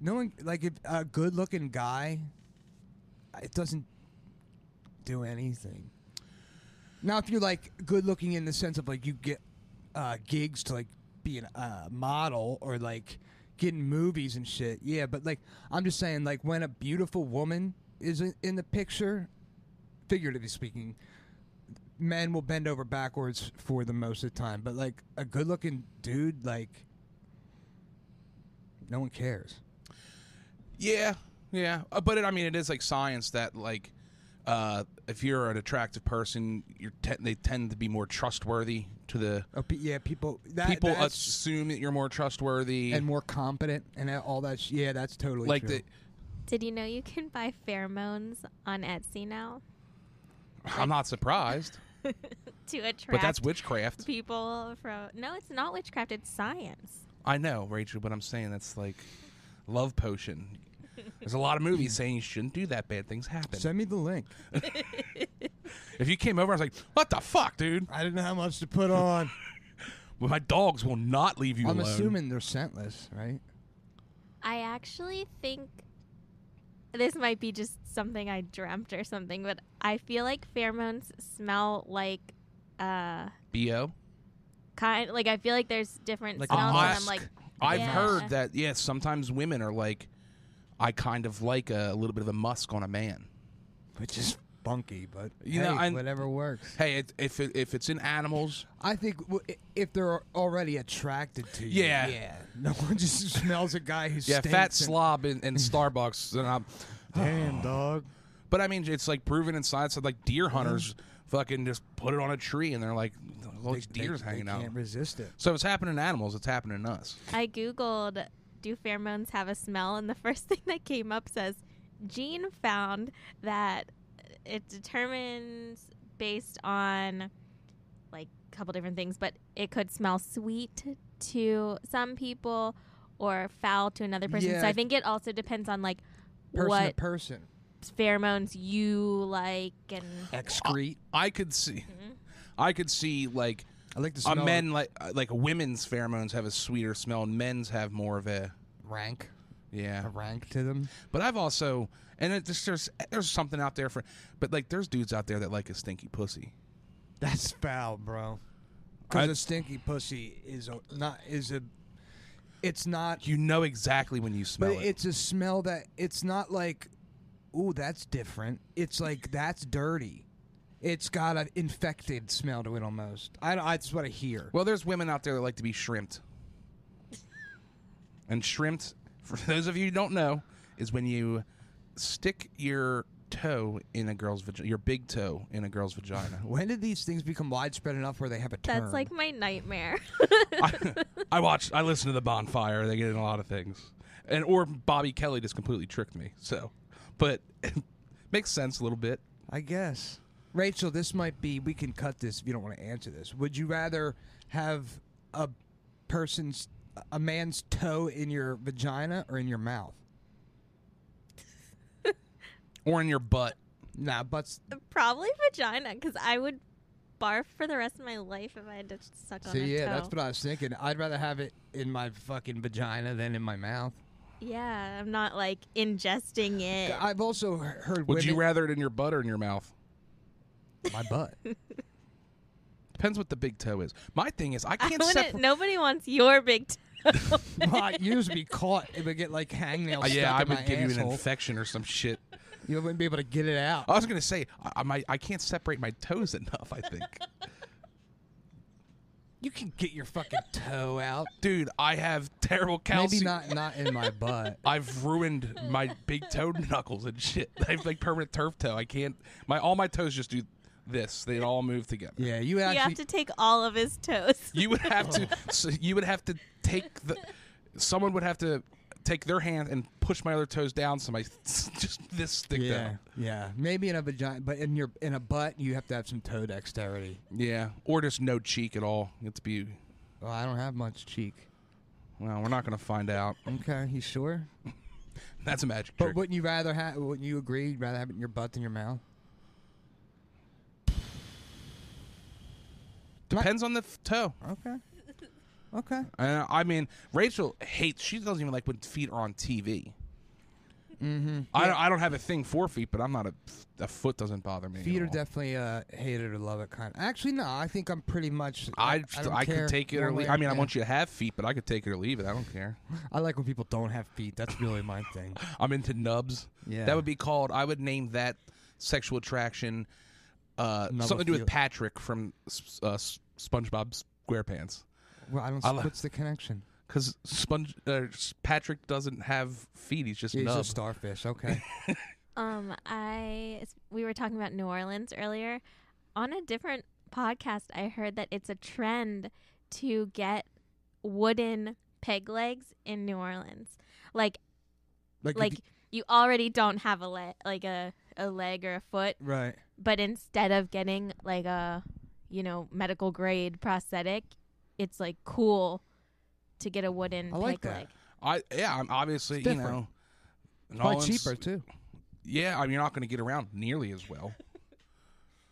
C: knowing like if a good looking guy, it doesn't do anything. Now, if you're like good looking in the sense of like you get uh, gigs to like be a uh, model or like get in movies and shit, yeah. But like I'm just saying like when a beautiful woman is in, in the picture, figuratively speaking. Men will bend over backwards for the most of the time, but like a good-looking dude, like no one cares.
A: Yeah, yeah. Uh, but it, I mean, it is like science that like uh, if you're an attractive person, you're te- they tend to be more trustworthy to the
C: Oh, pe- yeah, people. That,
A: people.
C: that's,
A: Assume that you're more trustworthy
C: and more competent and that- all that. Sh- yeah, that's totally
A: like
C: true.
A: the.
B: Did you know you can buy pheromones on Etsy now
A: I'm not surprised,
B: to attract
A: but that's witchcraft.
B: people from? No, it's not witchcraft. It's science.
A: I know, Rachel, but I'm saying that's like love potion. There's a lot of movies saying you shouldn't do that. Bad things happen.
C: Send me the link.
A: if you came over, I was like, "What the fuck, dude?
C: I didn't know how much to put on.
A: My dogs will not leave you
C: I'm
A: alone."
C: assuming they're scentless, right?
B: I actually think this might be just something I dreamt or something, but I feel like pheromones smell like uh
A: Bo.
B: kind like I feel like there's different
C: Like a
B: smells and I'm
A: musk.
B: like
A: I've
B: Yeah.
A: heard that yeah, sometimes women are like I kind of like a, little bit of a musk on a man.
C: Which is funky, but
A: You
C: hey,
A: know, I-
C: whatever works.
A: Hey, it, if it, if it's in animals,
C: I think w- i- if they're already attracted to you,
A: Yeah.
C: yeah. No one just smells a guy who
A: yeah,
C: stinks.
A: fat
C: and-
A: slob in, in Starbucks. And I'm,
C: Damn dog.
A: but I mean, it's like proven in science that like deer hunters fucking just put it on a tree and they're like, all these deer's
C: they,
A: hanging
C: they
A: out.
C: Can't resist it.
A: So if it's happening in animals. It's happening in us.
B: I googled do pheromones have a smell and the first thing that came up says Gene found that it determines based on like a couple different things, but it could smell sweet to some people or foul to another person.
C: Yeah.
B: So I think it also depends on like
C: Person to
B: what
C: person.
B: pheromones you like and
C: Excrete.
A: I could see, I could see like
C: I like the
A: a
C: smell. of
A: men like uh, like women's pheromones have a sweeter smell and men's have more of a
C: rank,
A: yeah
C: a rank to them.
A: But I've also, and it just, there's there's something out there for, but like there's dudes out there that like a stinky pussy.
C: That's foul, bro.
A: I-
C: Because a stinky pussy is a, not is a it's not.
A: You know exactly when you smell
C: But
A: it.
C: it's a smell that it's not like, ooh, that's different. It's like that's dirty. It's got an infected smell to it almost. I, I that's what I hear.
A: Well, there's women out there that like to be shrimped. and shrimped, for those of you who don't know, is when you stick your toe in a girl's vagina, your big toe in a girl's vagina.
C: when did these things become widespread enough where they have a term?
B: That's like my nightmare.
A: I, I watched, I listened to the bonfire. They get in a lot of things, and or Bobby Kelly just completely tricked me. So, but makes sense a little bit.
C: I guess. Rachel, this might be. We can cut this if you don't want to answer this. Would you rather have a person's, a man's toe in your vagina or in your mouth?
A: Or in your butt.
C: Nah, butts.
B: Probably vagina, because I would barf for the rest of my life if I had to suck on a
C: See, yeah,
B: toe.
C: that's what I was thinking. I'd rather have it in my fucking vagina than in my mouth.
B: yeah, I'm not like ingesting it.
C: I've also he- heard
A: Would
C: women.
A: you rather it in your butt or in your mouth?
C: my butt.
A: Depends what the big toe is. My thing is, I
B: I
A: can't
B: wouldn't.
A: separate.
B: Nobody wants your big toe.
C: my ears would be caught. It would get like hangnails.
A: Uh, yeah,
C: stuck
A: I
C: in my
A: would give you an
C: asshole.
A: infection or some shit.
C: You wouldn't be able to get it out.
A: I was gonna say I, I, might- I can't separate my toes enough. I think,
C: You can get your fucking toe out.
A: dude, I have terrible calcium.
C: Maybe not not in my butt.
A: I've ruined my big toe knuckles and shit. I have like permanent turf toe. I can't. My all my toes just do this. They all move together.
C: Yeah, you
B: you
C: actually.
B: have to take all of his toes.
A: You would have to. So you would have to take the. Someone would have to take their hand and push my other toes down so my just this stick
C: yeah,
A: down.
C: yeah. Maybe in a vagina, but in your in a butt, you have to have some toe dexterity.
A: Yeah, or just no cheek at all. It's be.
C: Well, I don't have much cheek.
A: Well, we're not gonna find out.
C: Okay, you sure?
A: That's a magic
C: But
A: trick.
C: wouldn't you rather have? Wouldn't you agree? You'd rather have it in your butt than your mouth?
A: Depends on the f- toe.
C: Okay. Okay.
A: Uh, I mean, Rachel hates. She doesn't even like when feet are on TV.
C: Mm-hmm.
A: I don't, I don't have a thing for feet, but I'm not a a foot doesn't bother me.
C: Feet
A: at
C: are
A: all.
C: definitely uh, hate it or love it kind. Actually, no. I think I'm pretty much.
A: I
C: I,
A: I,
C: don't care
A: could take it or
C: one
A: leave.
C: way
A: I mean, I
C: yeah.
A: want you to have feet, but I could take it or leave it. I don't care.
C: I like when people don't have feet. That's really my thing.
A: I'm into nubs.
C: Yeah.
A: That would be called. I would name that sexual attraction uh,
C: Nubophilia.
A: something to do with Patrick from S- uh, S- SpongeBob SquarePants
C: Well, I don't.
A: I
C: s
A: li-
C: what's the connection?
A: because Sponge uh, s- Patrick doesn't have feet. He's just
C: Yeah, he's
A: nubs.
C: a starfish. Okay.
B: Um, I we were talking about New Orleans earlier. On a different podcast, I heard that it's a trend to get wooden peg legs in New Orleans. Like,
C: Like, if
B: like
C: you-
B: you already don't have a leg, like a a leg or a foot,
C: right.
B: but instead of getting like a, you know, medical grade prosthetic, it's like cool to get a wooden
C: I like
B: peg
C: that.
B: leg.
A: I yeah. I'm obviously
C: It's
A: you
C: different.
A: know. New
C: Probably
A: Orleans-
C: cheaper too.
A: Yeah, I mean, you're not going to get around nearly as well.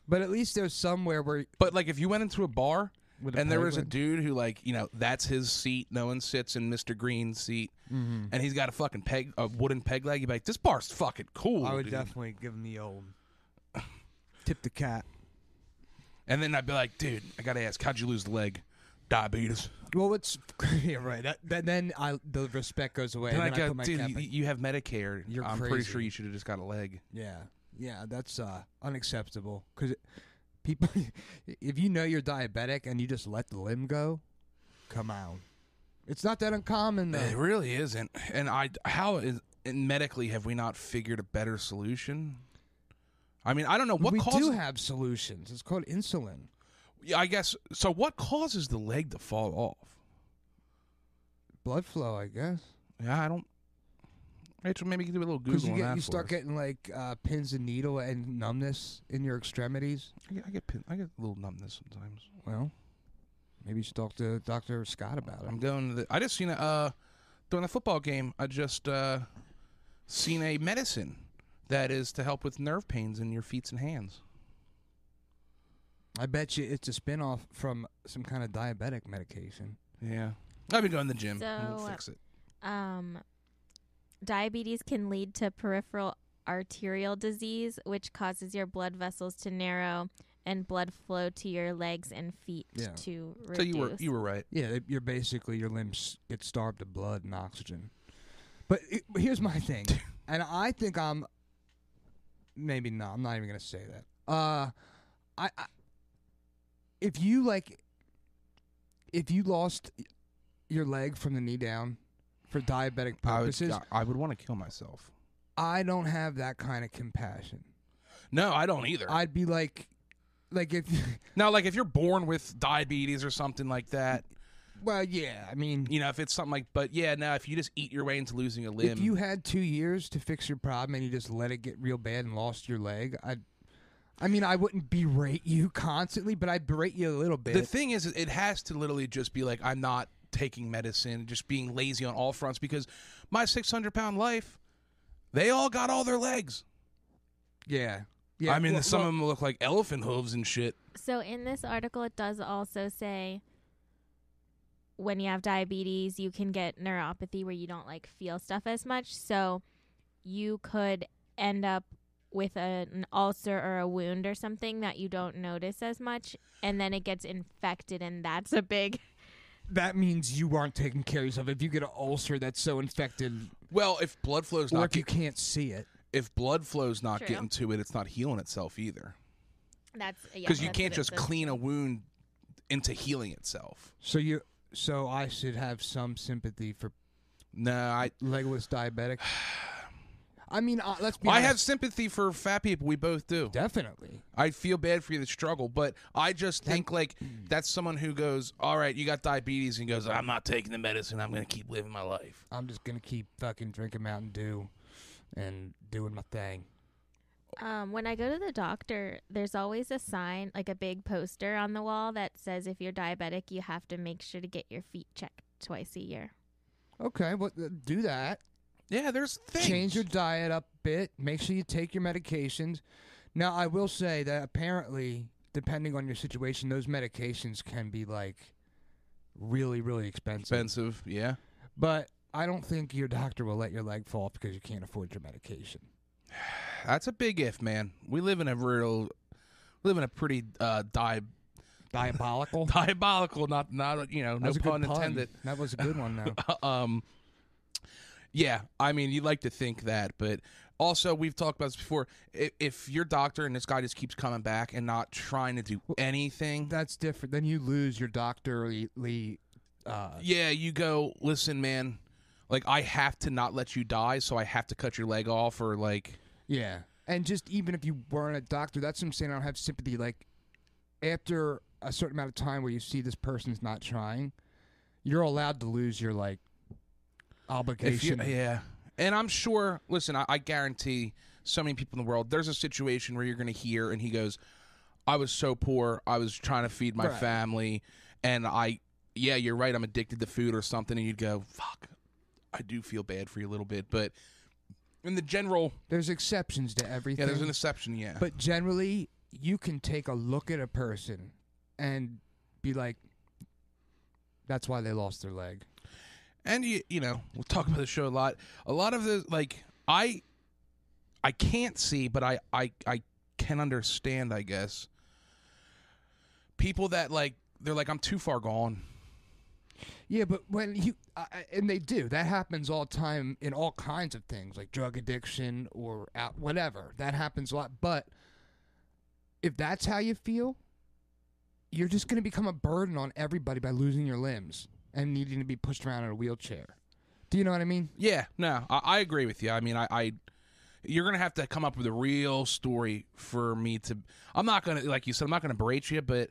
C: But at least there's somewhere where
A: But like, if you went into a bar
C: With a
A: and there
C: peg
A: was a
C: leg?
A: dude who, like, you know, that's his seat. No one sits in Mister Green's seat,
C: Mm-hmm.
A: and he's got a fucking peg, a wooden peg leg. You'd be like, this bar's fucking cool.
C: I would
A: dude."
C: definitely give him the old tip the cat.
A: And then I'd be like, dude, I gotta ask, how'd you lose the leg? Diabetes.
C: Well, it's yeah, right. That, that- then I the respect goes away.
A: And
C: and
A: I
C: then I
A: go,
C: put my
A: dude,
C: cap
A: you,
C: in.
A: you have Medicare.
C: You're
A: I'm pretty
C: crazy.
A: sure you should have just got a leg.
C: Yeah, yeah, that's uh, unacceptable because people, if you know you're diabetic and you just let the limb go, come on, it's not that uncommon
A: It
C: though.
A: really isn't. And I, how is and medically have we not figured a better solution? I mean, I don't know what
C: we
A: causes.
C: do have solutions. It's called insulin.
A: Yeah, I guess. So, what causes the leg to fall off?
C: Blood flow, I guess.
A: Yeah, I don't. Rachel, maybe you can do a little
C: Because
A: Google
C: you,
A: on
C: get,
A: that
C: you
A: for
C: start
A: us.
C: getting like uh, pins and needle and numbness in your extremities.
A: I get, I get, pin, I get a little numbness sometimes.
C: Well, maybe you should talk to Doctor Scott about
A: I'm
C: it.
A: going to the. I just seen a. Uh, during the football game, I just uh, seen a medicine that is to help with nerve pains in your feet and hands.
C: I bet you it's a spin off from some kind of diabetic medication.
A: Yeah. I've been going to the gym. and
B: So,
A: we'll
B: uh,
A: fix it.
B: um, diabetes can lead to peripheral arterial disease, which causes your blood vessels to narrow and blood flow to your legs and feet
C: Yeah.
B: to reduce.
A: So you were you were right.
C: Yeah, they- you're basically your limbs get starved of blood and oxygen. But it, but here's my thing, and I think I'm maybe not. I'm not even gonna say that. Uh, I, I if you like, if you lost your leg from the knee down for diabetic purposes,
A: I would want to kill myself.
C: I don't have that kind of compassion.
A: No, I don't either.
C: I'd be like, like if,
A: now, like if you're born with diabetes or something like that,
C: well, yeah, I mean,
A: you know, if it's something like, but yeah, now if you just eat your way into losing a limb,
C: If you had two years to fix your problem and you just let it get real bad and lost your leg, I, I mean, I wouldn't berate you constantly, but I'd berate you a little bit.
A: the thing is, it has to literally just be like, I'm not taking medicine, just being lazy on all fronts because my 600 pound life, they all got all their legs.
C: yeah, yeah.
A: I mean,
C: well-
A: some
C: well,
A: of them look like elephant hooves and shit.
B: So in this article, it does also say when you have diabetes, you can get neuropathy where you don't like feel stuff as much. So you could end up with a, an ulcer or a wound or something that you don't notice as much, and then it gets infected, and that's a big.
C: that means you aren't taking care of yourself. If you get an ulcer that's so infected,
A: Well, if blood flow's
C: or
A: not
C: if you
A: get,
C: can't see it,
A: if blood flow's not
B: True.
A: getting to it, it's not healing itself either.
B: That's yeah,
A: Because you
B: that's
A: can't
B: what it
A: just
B: says.
A: clean a wound into healing itself.
C: so you, so I should have some sympathy for
A: No, I
C: legless diabetic. I mean, uh, let's be.
A: I
C: honest,
A: have sympathy for fat people. We both do.
C: definitely.
A: I feel bad for you to struggle, but I just think like that's someone who goes, "All right, you got diabetes," and goes, "I'm not taking the medicine. I'm going to keep living my life."
C: I'm just gonna keep fucking drinking Mountain Dew, and doing my thing.
B: Um, when I go to the doctor, there's always a sign, like a big poster on the wall that says if you're diabetic, you have to make sure to get your feet checked twice a year.
C: Okay, well, uh, do that.
A: Yeah, there's things.
C: Change your diet up a bit. Make sure you take your medications. Now, I will say that apparently, depending on your situation, those medications can be like really, really expensive.
A: expensive. Yeah,
C: But I don't think your doctor will let your leg fall off because you can't afford your medication.
A: that's a big if, man. We live in a real, live in a pretty uh, di-
C: Diabolical.
A: diabolical, not not you know,
C: That
A: no
C: was a good
A: pun intended.
C: That was a good one, though.
A: um yeah i mean you'd like to think that but also we've talked about this before if, if your doctor and this guy just keeps coming back and not trying to do anything
C: That's different. Then you lose your doctorly. Uh,
A: yeah you go listen man like i have to not let you die so i have to cut your leg off or like
C: Yeah. And just even if you weren't a doctor, that's what I'm saying. I don't have sympathy. Like, after a certain amount of time where you see this person's not trying, you're allowed to lose your, like,
A: if you,
C: obligation.
A: yeah and i'm sure listen I, I guarantee so many people in the world there's a situation where you're gonna hear and he goes i was so poor i was trying to feed my
C: Right.
A: family and i yeah you're right i'm addicted to food or something and you'd go fuck i do feel bad for you a little bit but in the general
C: There's exceptions to everything.
A: yeah there's an exception yeah
C: but generally, you can take a look at a person and be like, that's why they lost their leg.
A: and you you know we'll talk about the show a lot a lot of the like i i can't see but i i i can understand i guess people that like they're like i'm too far gone
C: Yeah, but when you I I- and they do that happens all the time in all kinds of things like drug addiction or out, whatever that happens a lot. But if that's how you feel, you're just going to become a burden on everybody by losing your limbs and needing to be pushed around in a wheelchair. Do you know what I mean?
A: yeah no i, I agree with you i mean I, I you're gonna have to come up with a real story for me to i'm not gonna like you said i'm not gonna berate you but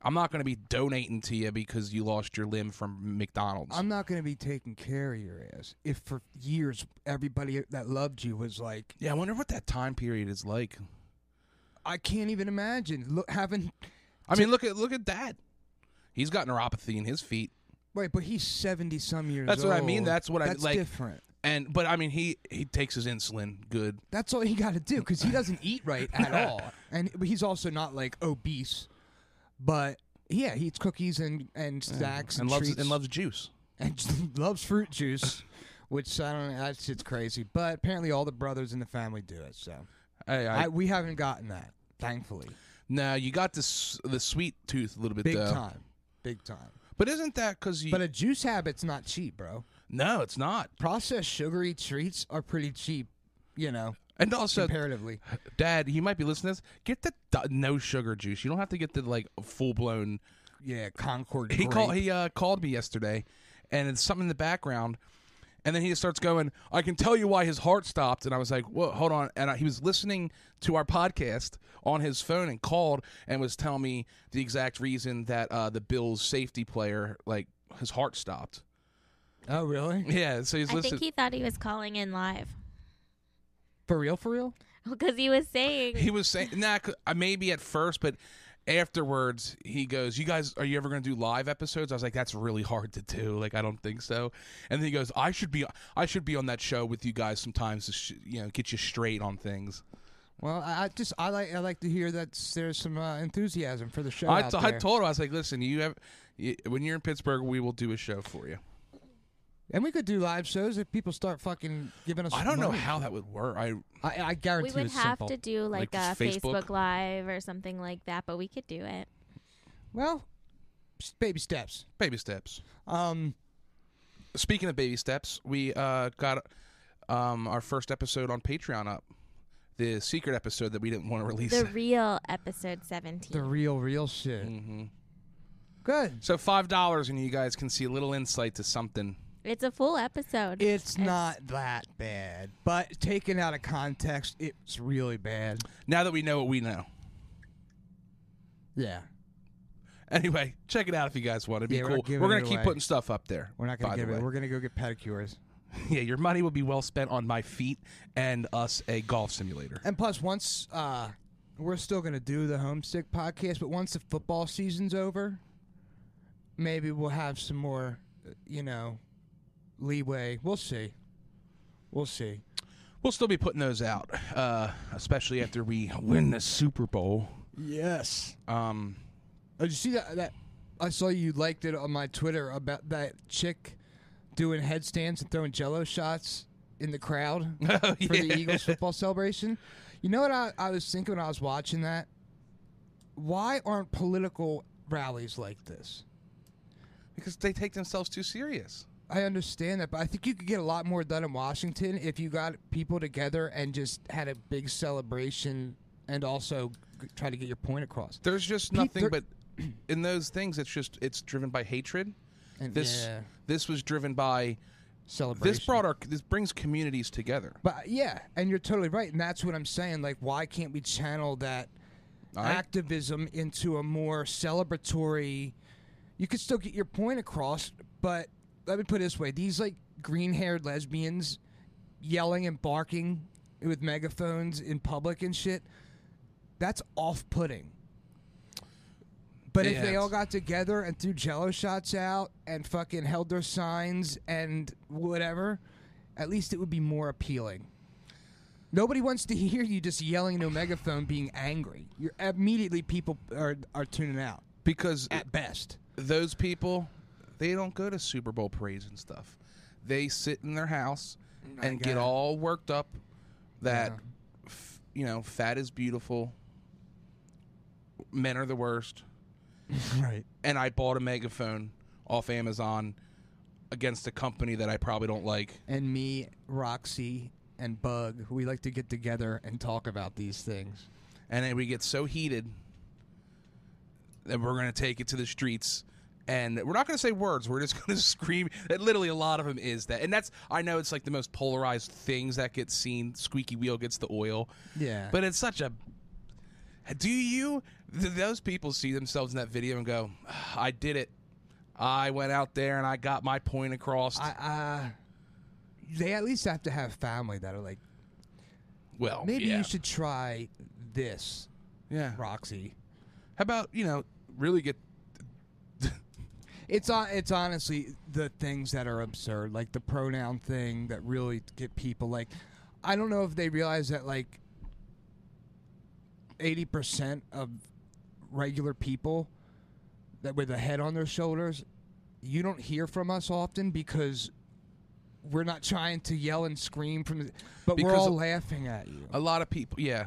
A: i'm not gonna be donating to you because you lost your limb from mcdonald's
C: I'm not going to be taking care of your ass if for years everybody that loved you was like,
A: yeah i wonder what that time period is like
C: I can't even imagine look, having.
A: I mean, look at look at that. He's got neuropathy in his feet,
C: Wait, but he's seventy some years.
A: That's what I mean.
C: old.
A: That's what I-
C: That's
A: like-
C: different.
A: and but I mean, he he takes his insulin good.
C: That's all he got to do because he doesn't eat right at all, and but he's also not like obese. But yeah, he eats cookies and and snacks and,
A: and loves
C: treats
A: and loves juice.
C: and loves fruit juice, which I don't. know, That shit's crazy. But apparently, all the brothers in the family do it. So
A: Hey, I,
C: I, we haven't gotten that, thankfully.
A: Now you got this the sweet tooth a little bit
C: Big
A: though.
C: time. Big time.
A: But isn't that because you?
C: But a juice habit's not cheap, bro.
A: no, it's not.
C: Processed sugary treats are pretty cheap, you know,
A: And also,
C: comparatively.
A: Dad, he might be listening to this. Get the d- no sugar juice. You don't have to get the like full blown.
C: Yeah, Concord.
A: He
C: grape.
A: called. He uh, called me yesterday, and it's something in the background. And then he just starts going. I can tell you why his heart stopped. And I was like, "Whoa, hold on!" And I, he was listening to our podcast on his phone and called and was telling me the exact reason that uh, the Bills' safety player, like his heart stopped.
C: Oh, really?
A: Yeah, so he's
B: I
A: listening.
B: think he thought he was calling in live
C: For real? For real?
B: because he was saying
A: He was saying, nah, 'cause- uh, maybe at first, but afterwards he goes, "You guys, are you ever going to do live episodes?" I was like, "That's really hard to do. Like, I don't think so." And then he goes, "I should be, I should be on that show with you guys sometimes to, sh- you know, get you straight on things."
C: Well, I, I just I like I like to hear that there's some uh, enthusiasm for the show.
A: I
C: out
A: t- I
C: there.
A: told him, I was like, "Listen, you have, y when you're in Pittsburgh, we will do a show for you."
C: and we could do live shows if people start fucking giving us.
A: I don't know
C: money.
A: how that would work. I
C: I, I guarantee
B: we would
C: it's
B: have
C: simple.
B: to do like,
A: Like
B: a
A: Facebook?
B: Facebook. Live or something like that, but we could do it.
C: Well, s- baby steps.
A: baby steps.
C: Um,
A: Speaking of baby steps, we uh, got um, our first episode on Patreon up. The secret episode that we didn't want to release.
B: The real episode
C: the
B: 17.
C: real, real shit.
A: Mm. Mm-hmm.
C: Good.
A: So five dollars, and you guys can see a little insight to something.
B: it's a full episode.
C: It's not that bad, but taken out of context, it's really bad.
A: Now that we know what we know.
C: Yeah,
A: Anyway, check it out if you guys want. It'd be
C: Yeah, we're
A: cool.
C: not
A: We're,
C: giving
A: gonna
C: it
A: keep
C: away.
A: putting stuff up there.
C: we're not gonna
A: by
C: give
A: the
C: it.
A: way.
C: We're gonna go get pedicures.
A: Yeah, your money will be well spent on my feet and us a golf simulator.
C: And plus, once uh, we're still gonna do the homesick podcast, but once the football season's over, maybe we'll have some more, uh, you know, leeway. We'll see. We'll see.
A: We'll still be putting those out, uh, especially after we win the Super Bowl.
C: Yes.
A: Um,
C: Oh, did you see that? That I saw you liked it on my Twitter about that chick doing headstands and throwing Jello shots in the crowd
A: oh,
C: for
A: yeah.
C: the Eagles football celebration. You know what I, I was thinking when I was watching that? Why aren't political rallies like this?
A: because they take themselves too serious.
C: I understand that, but I think you could get a lot more done in Washington if you got people together and just had a big celebration and also g- try to get your point across.
A: There's just
C: Pete,
A: nothing
C: there-
A: but in those things. It's just it's driven by hatred.
C: And
A: This
C: yeah,
A: this was driven by
C: celebration.
A: this brought our this brings communities together.
C: But yeah, and you're totally right, and that's what I'm saying. Like, why can't we channel that
A: Alright.
C: activism into a more celebratory? You could still get your point across, but let me put it this way: these like green-haired lesbians yelling and barking with megaphones in public and shit, that's off-putting. But
A: Yeah,
C: if they all
A: it's-
C: got together and threw jello shots out and fucking held their signs and whatever, at least it would be more appealing. Nobody wants to hear you just yelling into a megaphone being angry. You're immediately people are are tuning out
A: because
C: at best.
A: those people they don't go to Super Bowl parades and stuff. They sit in their house and get
C: God.
A: all worked up that
C: Yeah.
A: f- you know fat is beautiful, men are the worst,
C: Right.
A: and I bought a megaphone off Amazon against a company that I probably don't like.
C: And me, Roxy, and Bug, we like to get together and talk about these things.
A: and then we get so heated that we're going to take it to the streets and we're not going to say words we're just going to scream that literally a lot of them is that and that's i know it's like the most polarized things that get seen squeaky wheel gets the oil
C: Yeah.
A: but it's such a do you do those people see themselves in that video and go "Ah, i did it i went out there and i got my point across
C: I uh they at least have to have family that are like
A: well
C: maybe
A: Oh, yeah.
C: you should try this,
A: yeah how
C: Roxy.
A: about you know really get
C: It's on. It's honestly the things that are absurd, like the pronoun thing, that really get people. Like, I don't know if they realize that like eighty percent of regular people that with a head on their shoulders, you don't hear from us often because we're not trying to yell and scream from, the, but
A: Because- Uh,
C: we're all laughing at you.
A: a lot of people yeah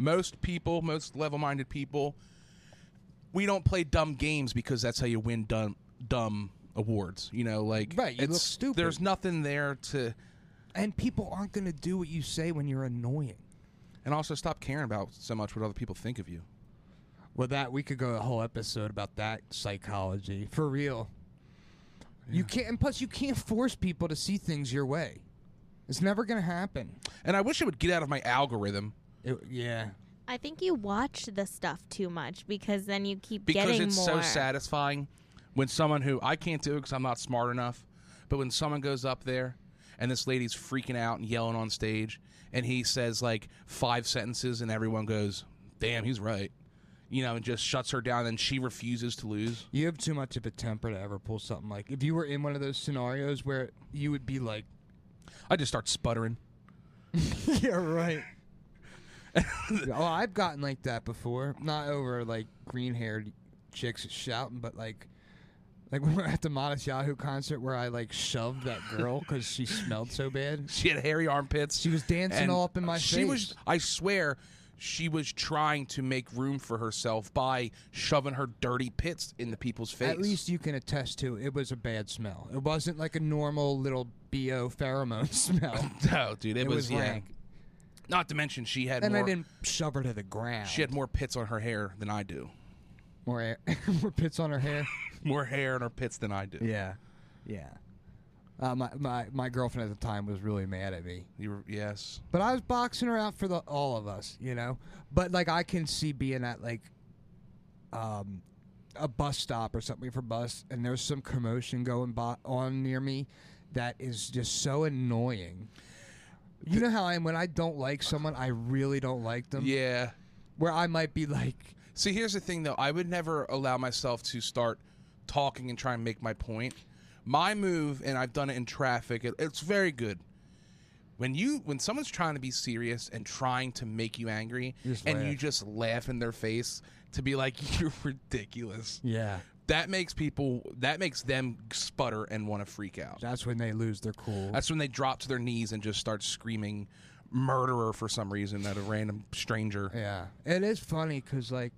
A: Most people, most level-minded people, we don't play dumb games because that's how you win dumb dumb awards. You know, like
C: Right, you look
A: it's-
C: stupid.
A: There's nothing there to,
C: And people aren't going to do what you say when you're annoying.
A: and also stop caring about so much what other people think of you.
C: Well, that we could go a whole episode about that psychology for real. You can't, and plus you can't force people to see things your way. It's never gonna happen.
A: And I wish it would get out of my algorithm
C: It, yeah,
B: I think you watch the stuff too much because then you keep
A: because
B: getting
A: it's so
B: more.
A: satisfying when someone who I can't do because I'm not smart enough, but when someone goes up there and this lady's freaking out and yelling on stage, and he says like five sentences, and everyone goes, "Damn, he's right," you know, and just shuts her down, and she refuses to lose.
C: you have too much of a temper to ever pull something like. If you were in one of those scenarios where you would be like,
A: I just start sputtering.
C: "Yeah, right." oh, I've gotten like that before. Not over like green-haired chicks shouting, but like, like when we were at the Modest Yahoo concert where I like shoved that girl because she smelled so bad.
A: She had hairy armpits.
C: She was dancing
A: and
C: all up in my
A: she
C: face.
A: was. I swear, she was trying to make room for herself by shoving her dirty pits in the people's face.
C: At least you can attest to it was a bad smell. It wasn't like a normal little bo pheromone smell.
A: No, dude, it,
C: It was
A: yeah.
C: rank,
A: Not to mention she had
C: and
A: more.
C: I didn't shove her to the ground.
A: She had more pits on her hair than I do.
C: more air, more pits on her hair.
A: More hair on her pits than I do.
C: yeah, yeah. Uh, my, my my girlfriend at the time was really mad at me,
A: You were, yes.
C: but I was boxing her out for the all of us, you know. But like I can see being at like, um, a bus stop or something for bus, and there's some commotion going by on near me that is just so annoying. You know how I am when I don't like someone, I really don't like
A: Um,
C: them.
A: Yeah.
C: Where I might be like,
A: See, here's the thing, though. I would never allow myself to start talking and try and make my point. My move, and I've done it in traffic. It, it's very good. When you when someone's trying to be serious and trying to make you angry,
C: You just
A: and
C: laugh.
A: you just laugh in their face to be like, "You're ridiculous."
C: yeah,
A: That makes people. That makes them sputter and want to freak out.
C: that's when they lose their cool.
A: That's when they drop to their knees and just start screaming murderer for some reason at a random stranger.
C: Yeah, it is funny because like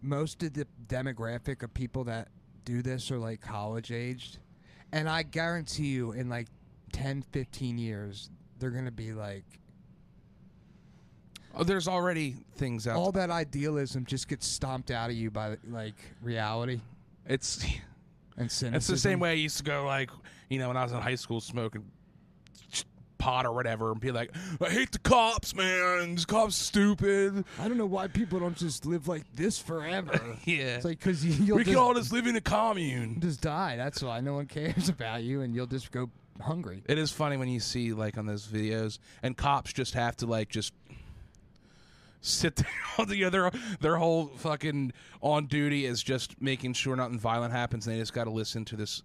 C: most of the demographic of people that do this are like college aged, and I guarantee you, in like 10, 15 years, they're gonna be like
A: Oh, there's already things out.
C: all that idealism just gets stomped out of you by like reality
A: it's
C: and cynicism.
A: it's the same way I used to go like, you know, when I was in high school smoking pot or whatever and be like, I hate the cops, man. These cops are stupid.
C: I don't know why people don't just live like this forever.
A: Yeah.
C: it's like because you'll
A: we
C: just,
A: can all just live in a commune.
C: just die. That's why no one cares about you, and you'll just go hungry.
A: It is funny when you see like on those videos, and cops just have to like just sit there all together. Their whole fucking on duty is just making sure nothing violent happens, and they just got to listen to this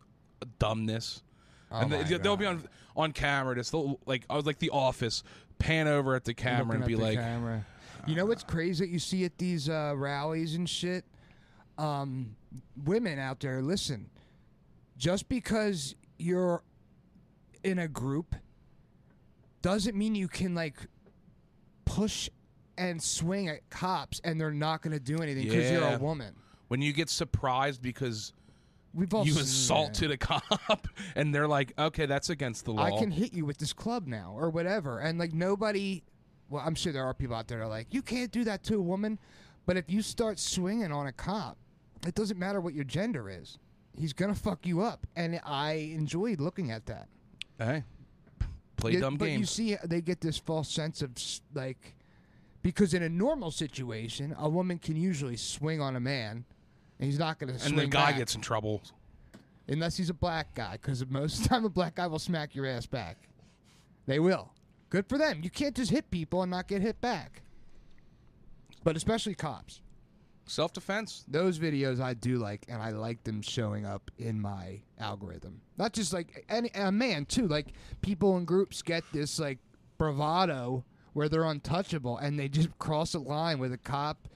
A: dumbness. and
C: Oh my
A: they, they'll be
C: God.
A: on on camera. Just they'll, like I was like the office, pan over at the camera and
C: looking
A: be
C: at the
A: like,
C: camera. you know what's crazy that you see at these uh, rallies and shit? Um, women out there, listen. Just because you're in a group doesn't mean you can like push and swing at cops and they're not going to do anything because you're
A: Yeah.
C: a woman.
A: when you get surprised because
C: We've all
A: you
C: seen that.
A: assaulted a cop, and they're like, okay, that's against the law.
C: I can hit you with this club now or whatever. And like nobody, well, I'm sure there are people out there that are like, you can't do that to a woman. But if you start swinging on a cop, it doesn't matter what your gender is. He's gonna fuck you up, and I enjoyed looking at that.
A: hey, play
C: Yeah,
A: dumb
C: but you
A: games.
C: see, they get this false sense of s- like, because in a normal situation, a woman can usually swing on a man, and he's not gonna.
A: and
C: swing
A: the guy
C: back
A: gets in trouble.
C: unless he's a black guy, because most of the time a black guy will smack your ass back. They will. Good for them. You can't just hit people and not get hit back. But especially cops.
A: Self defense.
C: Those videos I do like, and I like them showing up in my algorithm. Not just like any a man too. Like people in groups get this like bravado where they're untouchable, and they just cross a line with a cop,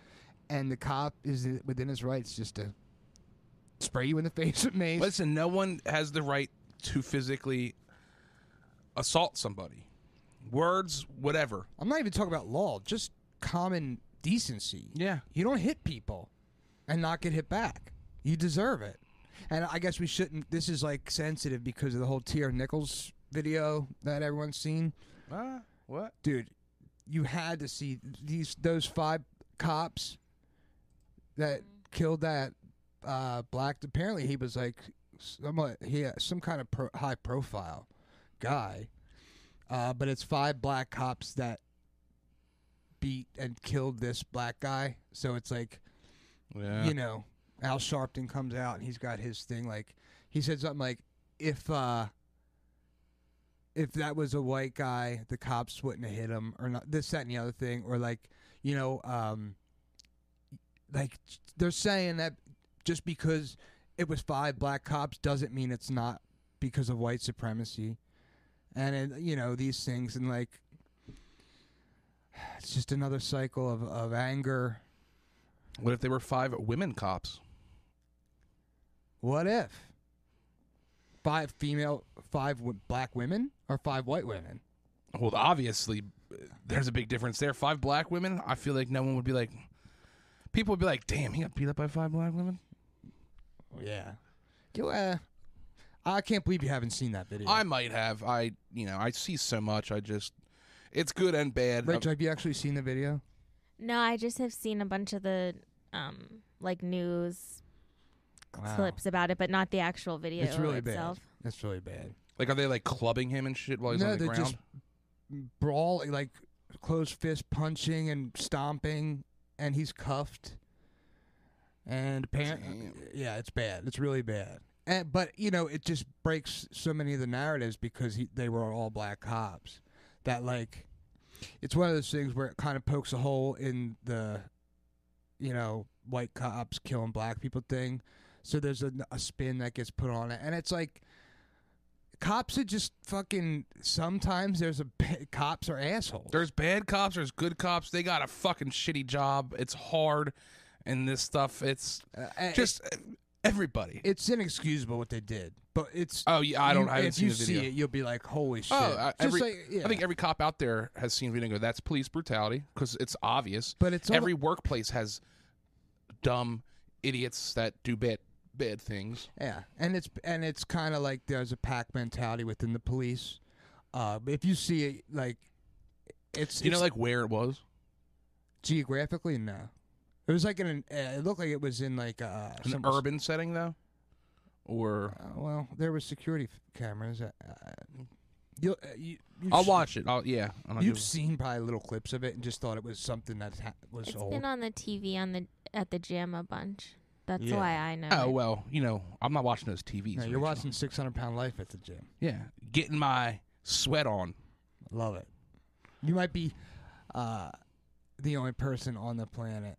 C: and the cop is within his rights just to spray you in the face with mace.
A: Listen, no one has the right to physically assault somebody. Words, whatever.
C: I'm not even talking about law, just common decency.
A: Yeah.
C: You don't hit people and not get hit back. You deserve it. And I guess we shouldn't. This is like sensitive because of the whole T.R. Nichols video that everyone's seen.
A: Uh, what?
C: Dude, you had to see these those five cops that killed that uh, black. Apparently, he was like somewhat he had some kind of pro, high profile guy. Uh, but it's five black cops that beat and killed this black guy. So it's like
A: Yeah.
C: you know, Al Sharpton comes out and he's got his thing. Like he said something like, "If uh, if that was a white guy, the cops wouldn't have hit him, or not this, that, and the other thing, or like, you know, um, like they're saying that just because it was five black cops doesn't mean it's not because of white supremacy, and uh, you know these things, and like." It's just another cycle of, of anger.
A: what if they were five women cops?
C: What if five female, five w- black women, or five white women?
A: Well, obviously, uh, there's a big difference there. Five black women, I feel like no one would be like. People would be like, "Damn, he got beat up by five black women."
C: Yeah. You, uh, I can't believe you haven't seen that video.
A: I might have. I, you know, I see so much. I just, it's good and bad.
C: Rachel, have you actually seen the video?
B: No, I just have seen a bunch of the um like news
C: Wow.
B: clips about it, but not the actual video
C: It's really
B: itself.
C: bad. That's really bad.
A: Like, are they like clubbing him and shit while he's on
C: no,
A: the
C: they're
A: ground?
C: just brawling, like closed fist punching and stomping, and he's cuffed. And apparently,
A: Damn.
C: yeah, it's bad. It's really bad. And, but you know, it just breaks so many of the narratives because he, they were all black cops. That like, it's one of those things where it kind of pokes a hole in the, you know, white cops killing black people thing. So there's a, a spin that gets put on it, and it's like, cops are just fucking. Sometimes there's a cops are assholes.
A: There's bad cops. There's good cops. They got a fucking shitty job. It's hard, and this stuff. It's
C: Uh, and
A: just everybody.
C: it's inexcusable what they did, but it's.
A: oh yeah, I don't.
C: you-
A: I haven't
C: if
A: seen
C: you
A: the video.
C: see it, you'll be like, "Holy shit!"
A: Oh, I,
C: Just
A: every,
C: like- yeah.
A: I think every cop out there has seen a video and go, that's police brutality because it's obvious.
C: But it's all-
A: every workplace has dumb idiots that do bad bad things.
C: yeah, and it's and it's kind of like there's a pack mentality within the police. Uh, but if you see it, like, it's
A: you know,
C: it's
A: like where it was.
C: geographically, no. It was like in an. Uh, it looked like it was in like uh,
A: An
C: some
A: urban setting though, or
C: Uh, well, there were security f- cameras. Uh, uh, you'll, uh, you, you've
A: I'll
C: s-
A: watch it. I'll, yeah, I'll
C: You've
A: do-
C: seen probably little clips of it and just thought it was something that ha- was
B: It's
C: old.
B: been on the TV on the at the gym a bunch. That's
C: Yeah.
B: why I know.
A: Oh
B: it.
A: well, you know, I'm not watching those TVs.
C: no, you're
A: Rachel.
C: watching 600 Pound Life at the gym.
A: Yeah, getting my sweat on.
C: Love it. You might be uh, the only person on the planet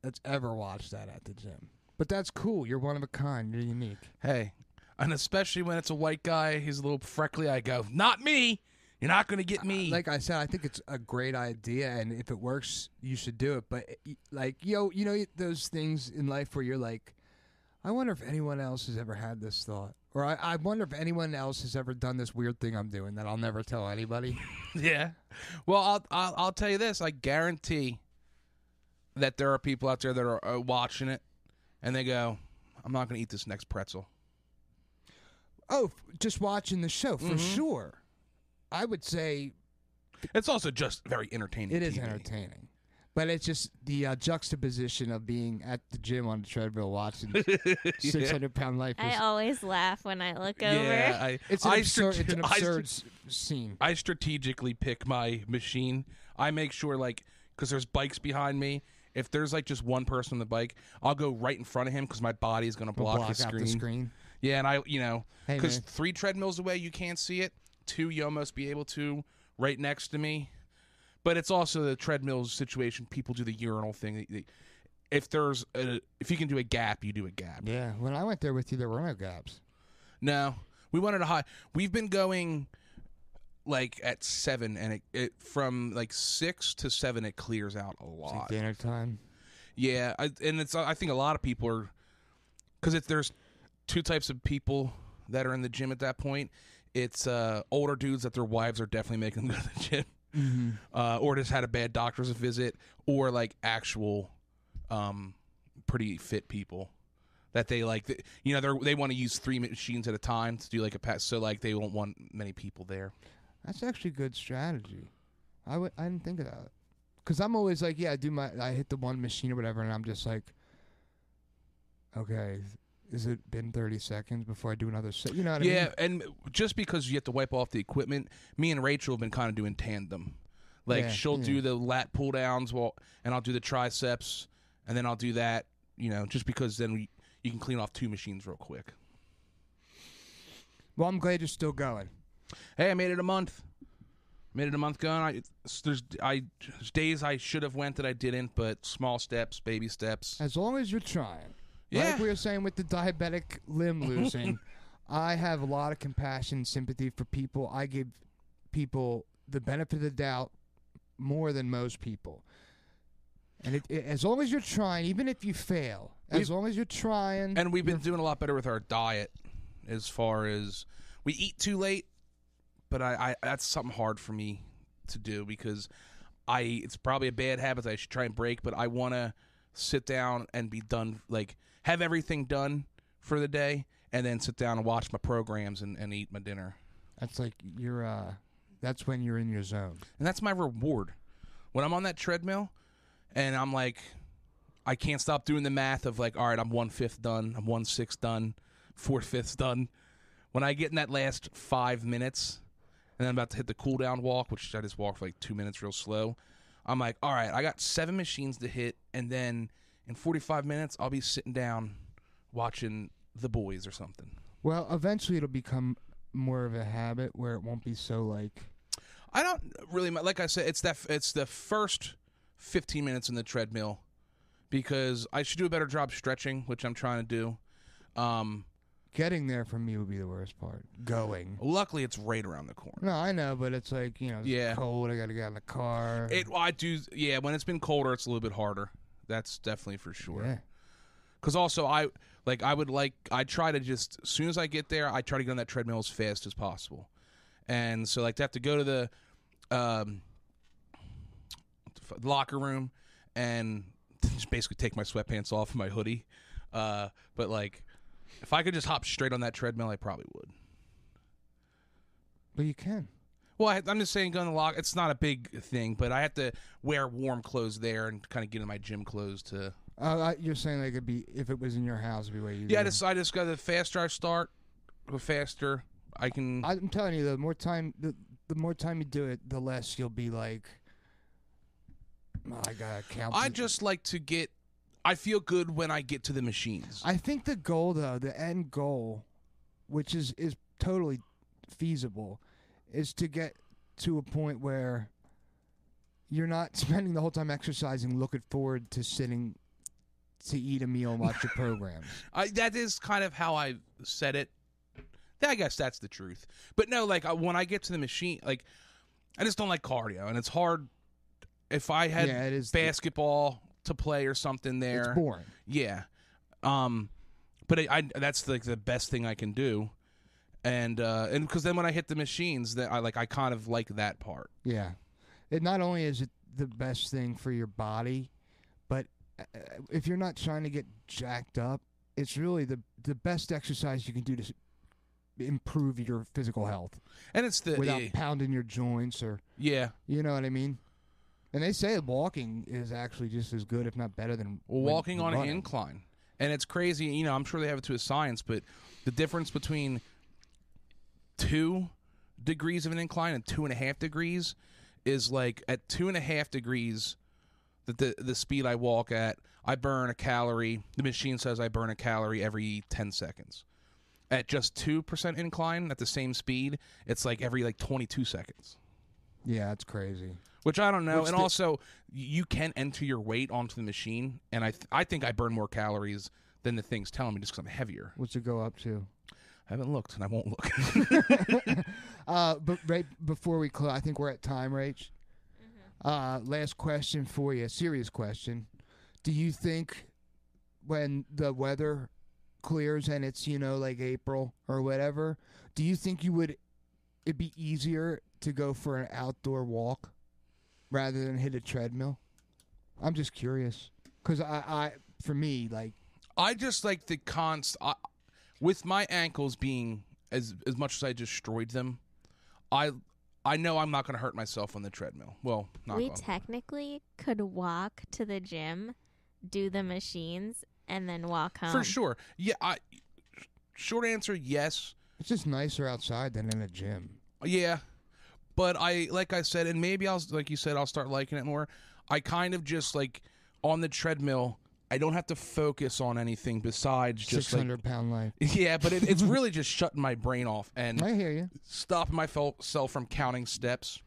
C: that's ever watched that at the gym. But that's cool. You're one of a kind. You're unique.
A: Hey, and especially when it's a white guy, he's a little freckly. I go, not me. You're not gonna get me.
C: Like I said, I think it's a great idea, and if it works, you should do it. But y- like, yo, you know those things in life where you're like, I wonder if anyone else has ever had this thought, or I, I wonder if anyone else has ever done this weird thing I'm doing that I'll never tell anybody.
A: Yeah. Well, I'll, I'll I'll tell you this. I guarantee that there are people out there that are uh, watching it, and they go, "I'm not going to eat this next pretzel."
C: oh, f- just watching the show for
A: Mm-hmm.
C: sure. I would say
A: It's also just very entertaining.
C: it is
A: TV.
C: entertaining. But it's just the uh, juxtaposition of being at the gym on the treadmill watching 600 pound life.
B: I
C: is-
B: always laugh when I look
A: Yeah,
B: over.
A: I,
C: it's, an
A: I
C: absurd,
A: strate-
C: it's an
A: I str-
C: absurd s- scene.
A: I strategically pick my machine. I make sure like because there's bikes behind me. If there's like just one person on the bike, I'll go right in front of him because my body is going to block,
C: block out the screen.
A: Yeah, and I, you know,
C: Hey,
A: because
C: man.
A: three treadmills away, you can't see it. Two, you almost be able to, right next to me. But it's also the treadmill situation. People do the urinal thing. They- they- If there's a, if you can do a gap, you do a gap.
C: Yeah, when I went there with you, there were no gaps.
A: No, we wanted a high. We've been going like at seven, and it, it from like six to seven, it clears out a lot.
C: dinner time.
A: Yeah, I, and it's I think a lot of people are because if there's two types of people that are in the gym at that point, it's uh, older dudes that their wives are definitely making them go to the gym, uh, or just had a bad doctor's visit, or like actual um, pretty fit people that they like. Th- you know, they they want to use three machines at a time to do like a pass, so like they don't want many people there.
C: That's actually a good strategy. I would. I didn't think of that. Cause I'm always like, yeah, I do my, I hit the one machine or whatever, and I'm just like, okay, is it been 30 seconds before I do another? Se-? You know what I
A: yeah,
C: mean?
A: and just because you have to wipe off the equipment, me and Rachel have been kind of doing tandem. Like
C: Yeah, Hmm.
A: she'll
C: yeah.
A: do the lat pull downs, while, and I'll do the triceps, and then I'll do that. You know, just because then we you can clean off two machines real quick.
C: Well, I'm glad you're still going.
A: Hey, I made it a month. Made it a month gone. I it's- there's I there's days I should have went that I didn't, but small steps, baby steps.
C: As long as you're trying.
A: Yeah.
C: Like we were saying with the diabetic limb losing, I have a lot of compassion and sympathy for people. I give people the benefit of the doubt more than most people. And it, it- as long as you're trying, even if you fail, as long as you're trying,
A: And we've been doing a lot better with our diet, as far as we eat too late. But I, I that's something hard for me to do because I it's probably a bad habit that I should try and break. But I want to sit down and be done, like have everything done for the day, and then sit down and watch my programs and, and eat my dinner.
C: that's like you're. Uh, that's when you're in your zone.
A: And that's my reward. When I'm on that treadmill and I'm like, I can't stop doing the math of like, all right, I'm one fifth done, I'm one sixth done, four fifths done. When I get in that last five minutes and then I'm about to hit the cool down walk, which I just walk for like two minutes real slow, I'm like, all right, I got seven machines to hit. And then in 45 minutes, I'll be sitting down watching the boys or something.
C: Well, eventually it'll become more of a habit where it won't be so like.
A: I don't really mi- like I said. It's that it's the first fifteen minutes in the treadmill because I should do a better job stretching, which I'm trying to do. Um,
C: Getting there for me would be the worst part. Going.
A: luckily, it's right around the corner.
C: No, I know, but it's like you know, it's
A: Yeah.
C: cold. I gotta get in the car.
A: It I do yeah. When it's been colder, it's a little bit harder. That's definitely for
C: yeah.
A: sure. Because also I like I would like I try to just as soon as I get there, I try to get on that treadmill as fast as possible. And so like to have to go to the um, f- locker room and just basically take my sweatpants off and my hoodie. Uh, but like, if I could just hop straight on that treadmill, I probably would.
C: But you can.
A: Well, I, I'm just saying, go in the lock. It's not a big thing, but I have to wear warm clothes there and kind of get in my gym clothes to.
C: Uh, I- you're saying like it'd be if it was in your house, it'd be way easier.
A: Yeah, I just I just got the faster I start, the faster I can.
C: I'm telling you, the more time, the, the more time you do it, the less you'll be like, "Oh, I gotta count.
A: I
C: to-"
A: just like to get. I feel good when I get to the machines.
C: I think the goal though, the end goal, which is is totally feasible, is to get to a point where you're not spending the whole time exercising, looking forward to sitting to eat a meal and watch your programs.
A: I, that is kind of how I said it. Yeah, I guess that's the truth. But no, like I, when I get to the machine, like I just don't like cardio, and it's hard. If I had
C: Yeah, it is-
A: basketball to play or something, there,
C: It's boring.
A: yeah. Um, but I, I that's like the best thing I can do, and uh, and because then when I hit the machines, that I like I kind of like that part.
C: Yeah. It not only is it the best thing for your body, but uh, if you're not trying to get jacked up, it's really the the best exercise you can do to s- improve your physical health
A: And it's the
C: without
A: Uh, yeah,
C: pounding your joints or
A: yeah.
C: you know what I mean. And they say walking is actually just as good, if not better, than
A: Well,
C: when
A: walking on
C: running.
A: an incline. And it's crazy, you know, I'm sure they have it to a science, but the difference between two degrees of an incline and two and a half degrees is like at two and a half degrees that the the speed I walk at, I burn a calorie. The machine says I burn a calorie every ten seconds. At just two percent incline at the same speed, it's like every like twenty two seconds.
C: Yeah, that's crazy.
A: Which I don't know.
C: Which
A: and
C: the-
A: also, you can enter your weight onto the machine, and I th- I think I burn more calories than the thing's telling me just because I'm heavier.
C: What's it go up to?
A: I haven't looked, and I won't look.
C: Uh, but right before we close, I think we're at time, Rach. Uh, last question for you, serious question. Do you think when the weather clears and it's you know like April or whatever, do you think you would it'd be easier to go for an outdoor walk rather than hit a treadmill? I'm just curious because I, I, for me, like
A: I just like the const. I, with my ankles being as as much as I destroyed them, I I know I'm not going to hurt myself on the treadmill. Well, not
B: we technically could walk to the gym, do the machines, and then walk home.
A: for sure. Yeah, I. Short answer, yes.
C: it's just nicer outside than in a gym.
A: Yeah, but I like I said, and maybe I'll like you said, I'll start liking it more. I kind of just like on the treadmill. I don't have to focus on anything besides
C: Six
A: just like
C: hundred pound
A: yeah, but it, it's really just shutting my brain off and
C: life. I hear you.
A: stopping myself from counting steps.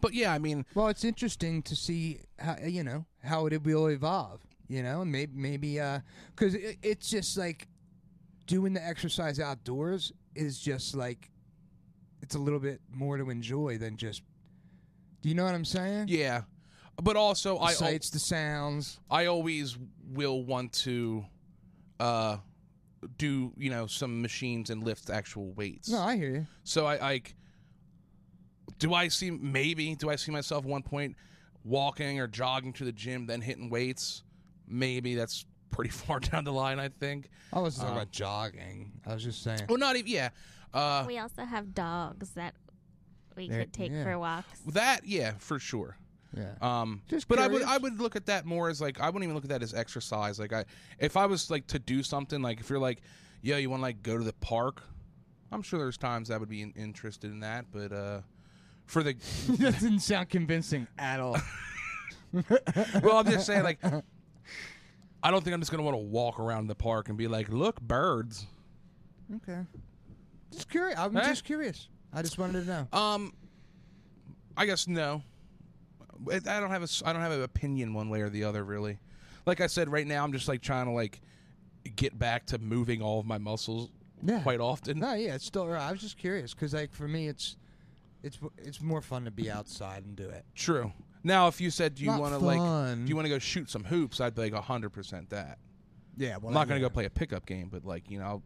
A: But yeah, I mean,
C: Well, it's interesting to see how you know how it will evolve. You know, and maybe maybe uh 'cause because it, it's just like doing the exercise outdoors is just like it's a little bit more to enjoy than just. Do you know what I'm saying?
A: yeah. But also,
C: The
A: I al-
C: sights, the sounds.
A: I always will want to uh, do you know some machines and lift actual weights.
C: No, I hear you.
A: So I like, do I see maybe do I see myself at one point walking or jogging to the gym, then hitting weights? Maybe that's pretty far down the line. I think.
C: I wasn't talking about jogging. I was just saying.
A: Well, not even yeah. Uh,
B: We also have dogs that we
C: There-
B: could take
C: yeah.
B: for walks.
A: that yeah for sure.
C: Yeah.
A: Um,
C: Just
A: but I would
C: curious.
A: I would look at that more as like I wouldn't even look at that as exercise. Like I if I was like to do something like if you're like yo you want to like go to the park, I'm sure there's times I would be in- interested in that. But uh, for the
C: that didn't sound convincing at all.
A: well I'm just saying like I don't think I'm just gonna want to walk around the park and be like look birds.
C: okay. Just curious. I'm
A: Eh?
C: just curious. I just wanted to know.
A: Um, I guess no. I I don't have a s- I don't have an opinion one way or the other really. Like I said, right now I'm just like trying to like get back to moving all of my muscles
C: Yeah.
A: quite often.
C: No, yeah, it's still. I was just curious because, like, for me, it's it's it's more fun to be outside and do it.
A: True. Now, if you said do you
C: Not
A: want to like
C: fun.
A: do you want to go shoot some hoops, I'd be like hundred percent that.
C: Yeah, well,
A: I'm not gonna go play a pickup game, but like you know, I'll,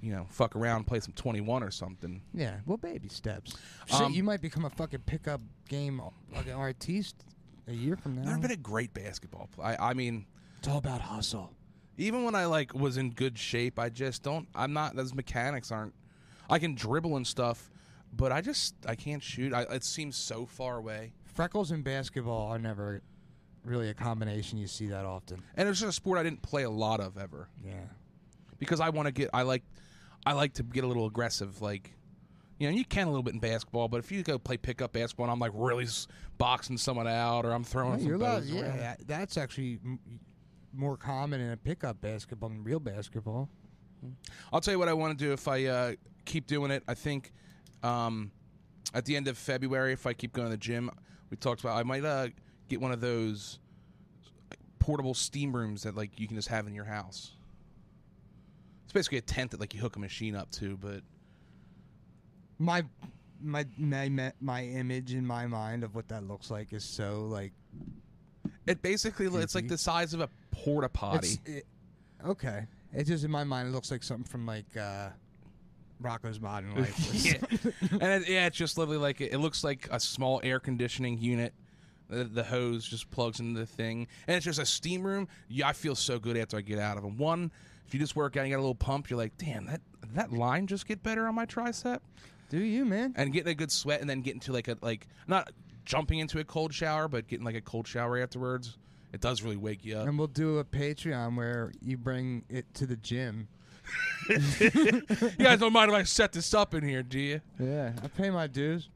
A: you know, fuck around, play some twenty one or something.
C: Yeah, well, baby steps.
A: Um,
C: Shit, you might become a fucking pickup game fucking artiste a year from now.
A: I've been a great basketball player. I mean,
C: it's all about hustle.
A: even when I like was in good shape, I just don't. I'm not. Those mechanics aren't. I can dribble and stuff, but I just I can't shoot. I, it seems so far away,
C: Freckles and basketball are never really a combination you see that often.
A: and it's just a sport I didn't play a lot of ever
C: Yeah,
A: because I want to get. I like I like to get a little aggressive, like. You know, you can a little bit in basketball, but if you go play pickup basketball and I'm like really s- boxing someone out or I'm throwing some
C: you're allowed,
A: bows around.
C: yeah, that's actually m- more common in a pickup basketball than real basketball.
A: I'll tell you what I want to do if I uh, keep doing it. I think um, at the end of February, if I keep going to the gym, we talked about I might uh, get one of those portable steam rooms that like you can just have in your house. It's basically a tent that like you hook a machine up to, but
C: my my my ma- my image in my mind of what that looks like is so like
A: it basically it's like
C: Mhm.
A: the size of a porta potty.
C: it's- it- okay. It just in my mind it looks like something from like uh Rocco's Modern Life. or
A: yeah.
C: something.
A: and it, yeah, it's just literally like it, it looks like a small air conditioning unit. The, the hose just plugs into the thing, and it's just a steam room. Yeah, I feel so good after I get out of them. One, if you just work out, and you got a little pump. You're like, damn, that that line just get better on my tricep,
C: Do you, man?
A: and getting a good sweat, and then getting to like a like not jumping into a cold shower, but getting like a cold shower afterwards. It does really wake you up.
C: And we'll do a Patreon where you bring it to the gym.
A: you guys don't mind if I set this up in here, do you?
C: Yeah, I pay my dues.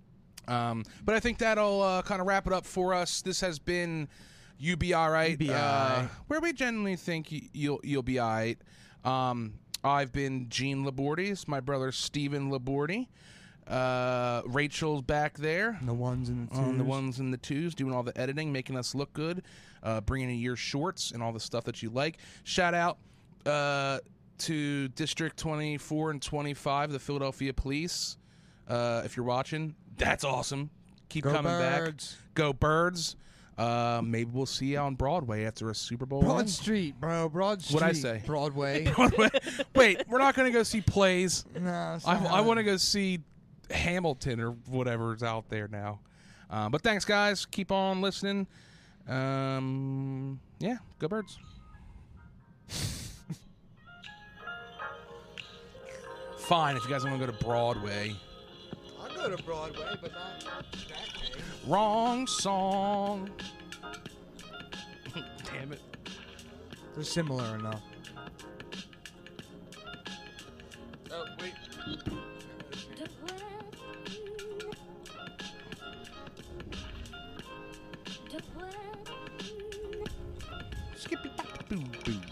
A: Um, but I think that'll uh, kind of wrap it up for us. This has been you be all right,
C: Be
A: uh,
C: Alright.
A: where we generally think y- you'll you'll be all right. Um, I've been Gene Labordes, my brother Stephen Laborde. Uh, Rachel's back there
C: The ones and the twos.
A: on the ones and the twos, doing all the editing, making us look good, uh, bringing in your shorts and all the stuff that you like. Shout out uh, to District 24 and 25, the Philadelphia Police. Uh, if you're watching, that's awesome. Keep
C: Go
A: coming
C: Birds.
A: back. Go Birds. Uh, maybe we'll see you on Broadway after a Super Bowl.
C: Broad Street, bro. Broad Street.
A: What'd I say?
C: Broadway.
A: Broadway. Wait, we're not going to go see plays.
C: no, it's
A: I,
C: not
A: I
C: how-
A: want to go see Hamilton or whatever's out there now. Uh, but thanks, guys. Keep on listening. Um, yeah, go birds. Fine, if you guys want to go to Broadway.
C: I'll go to Broadway, but not that day.
A: Wrong song. Damn it.
C: They're similar enough. Oh wait.
A: Skippy bop, boo boo.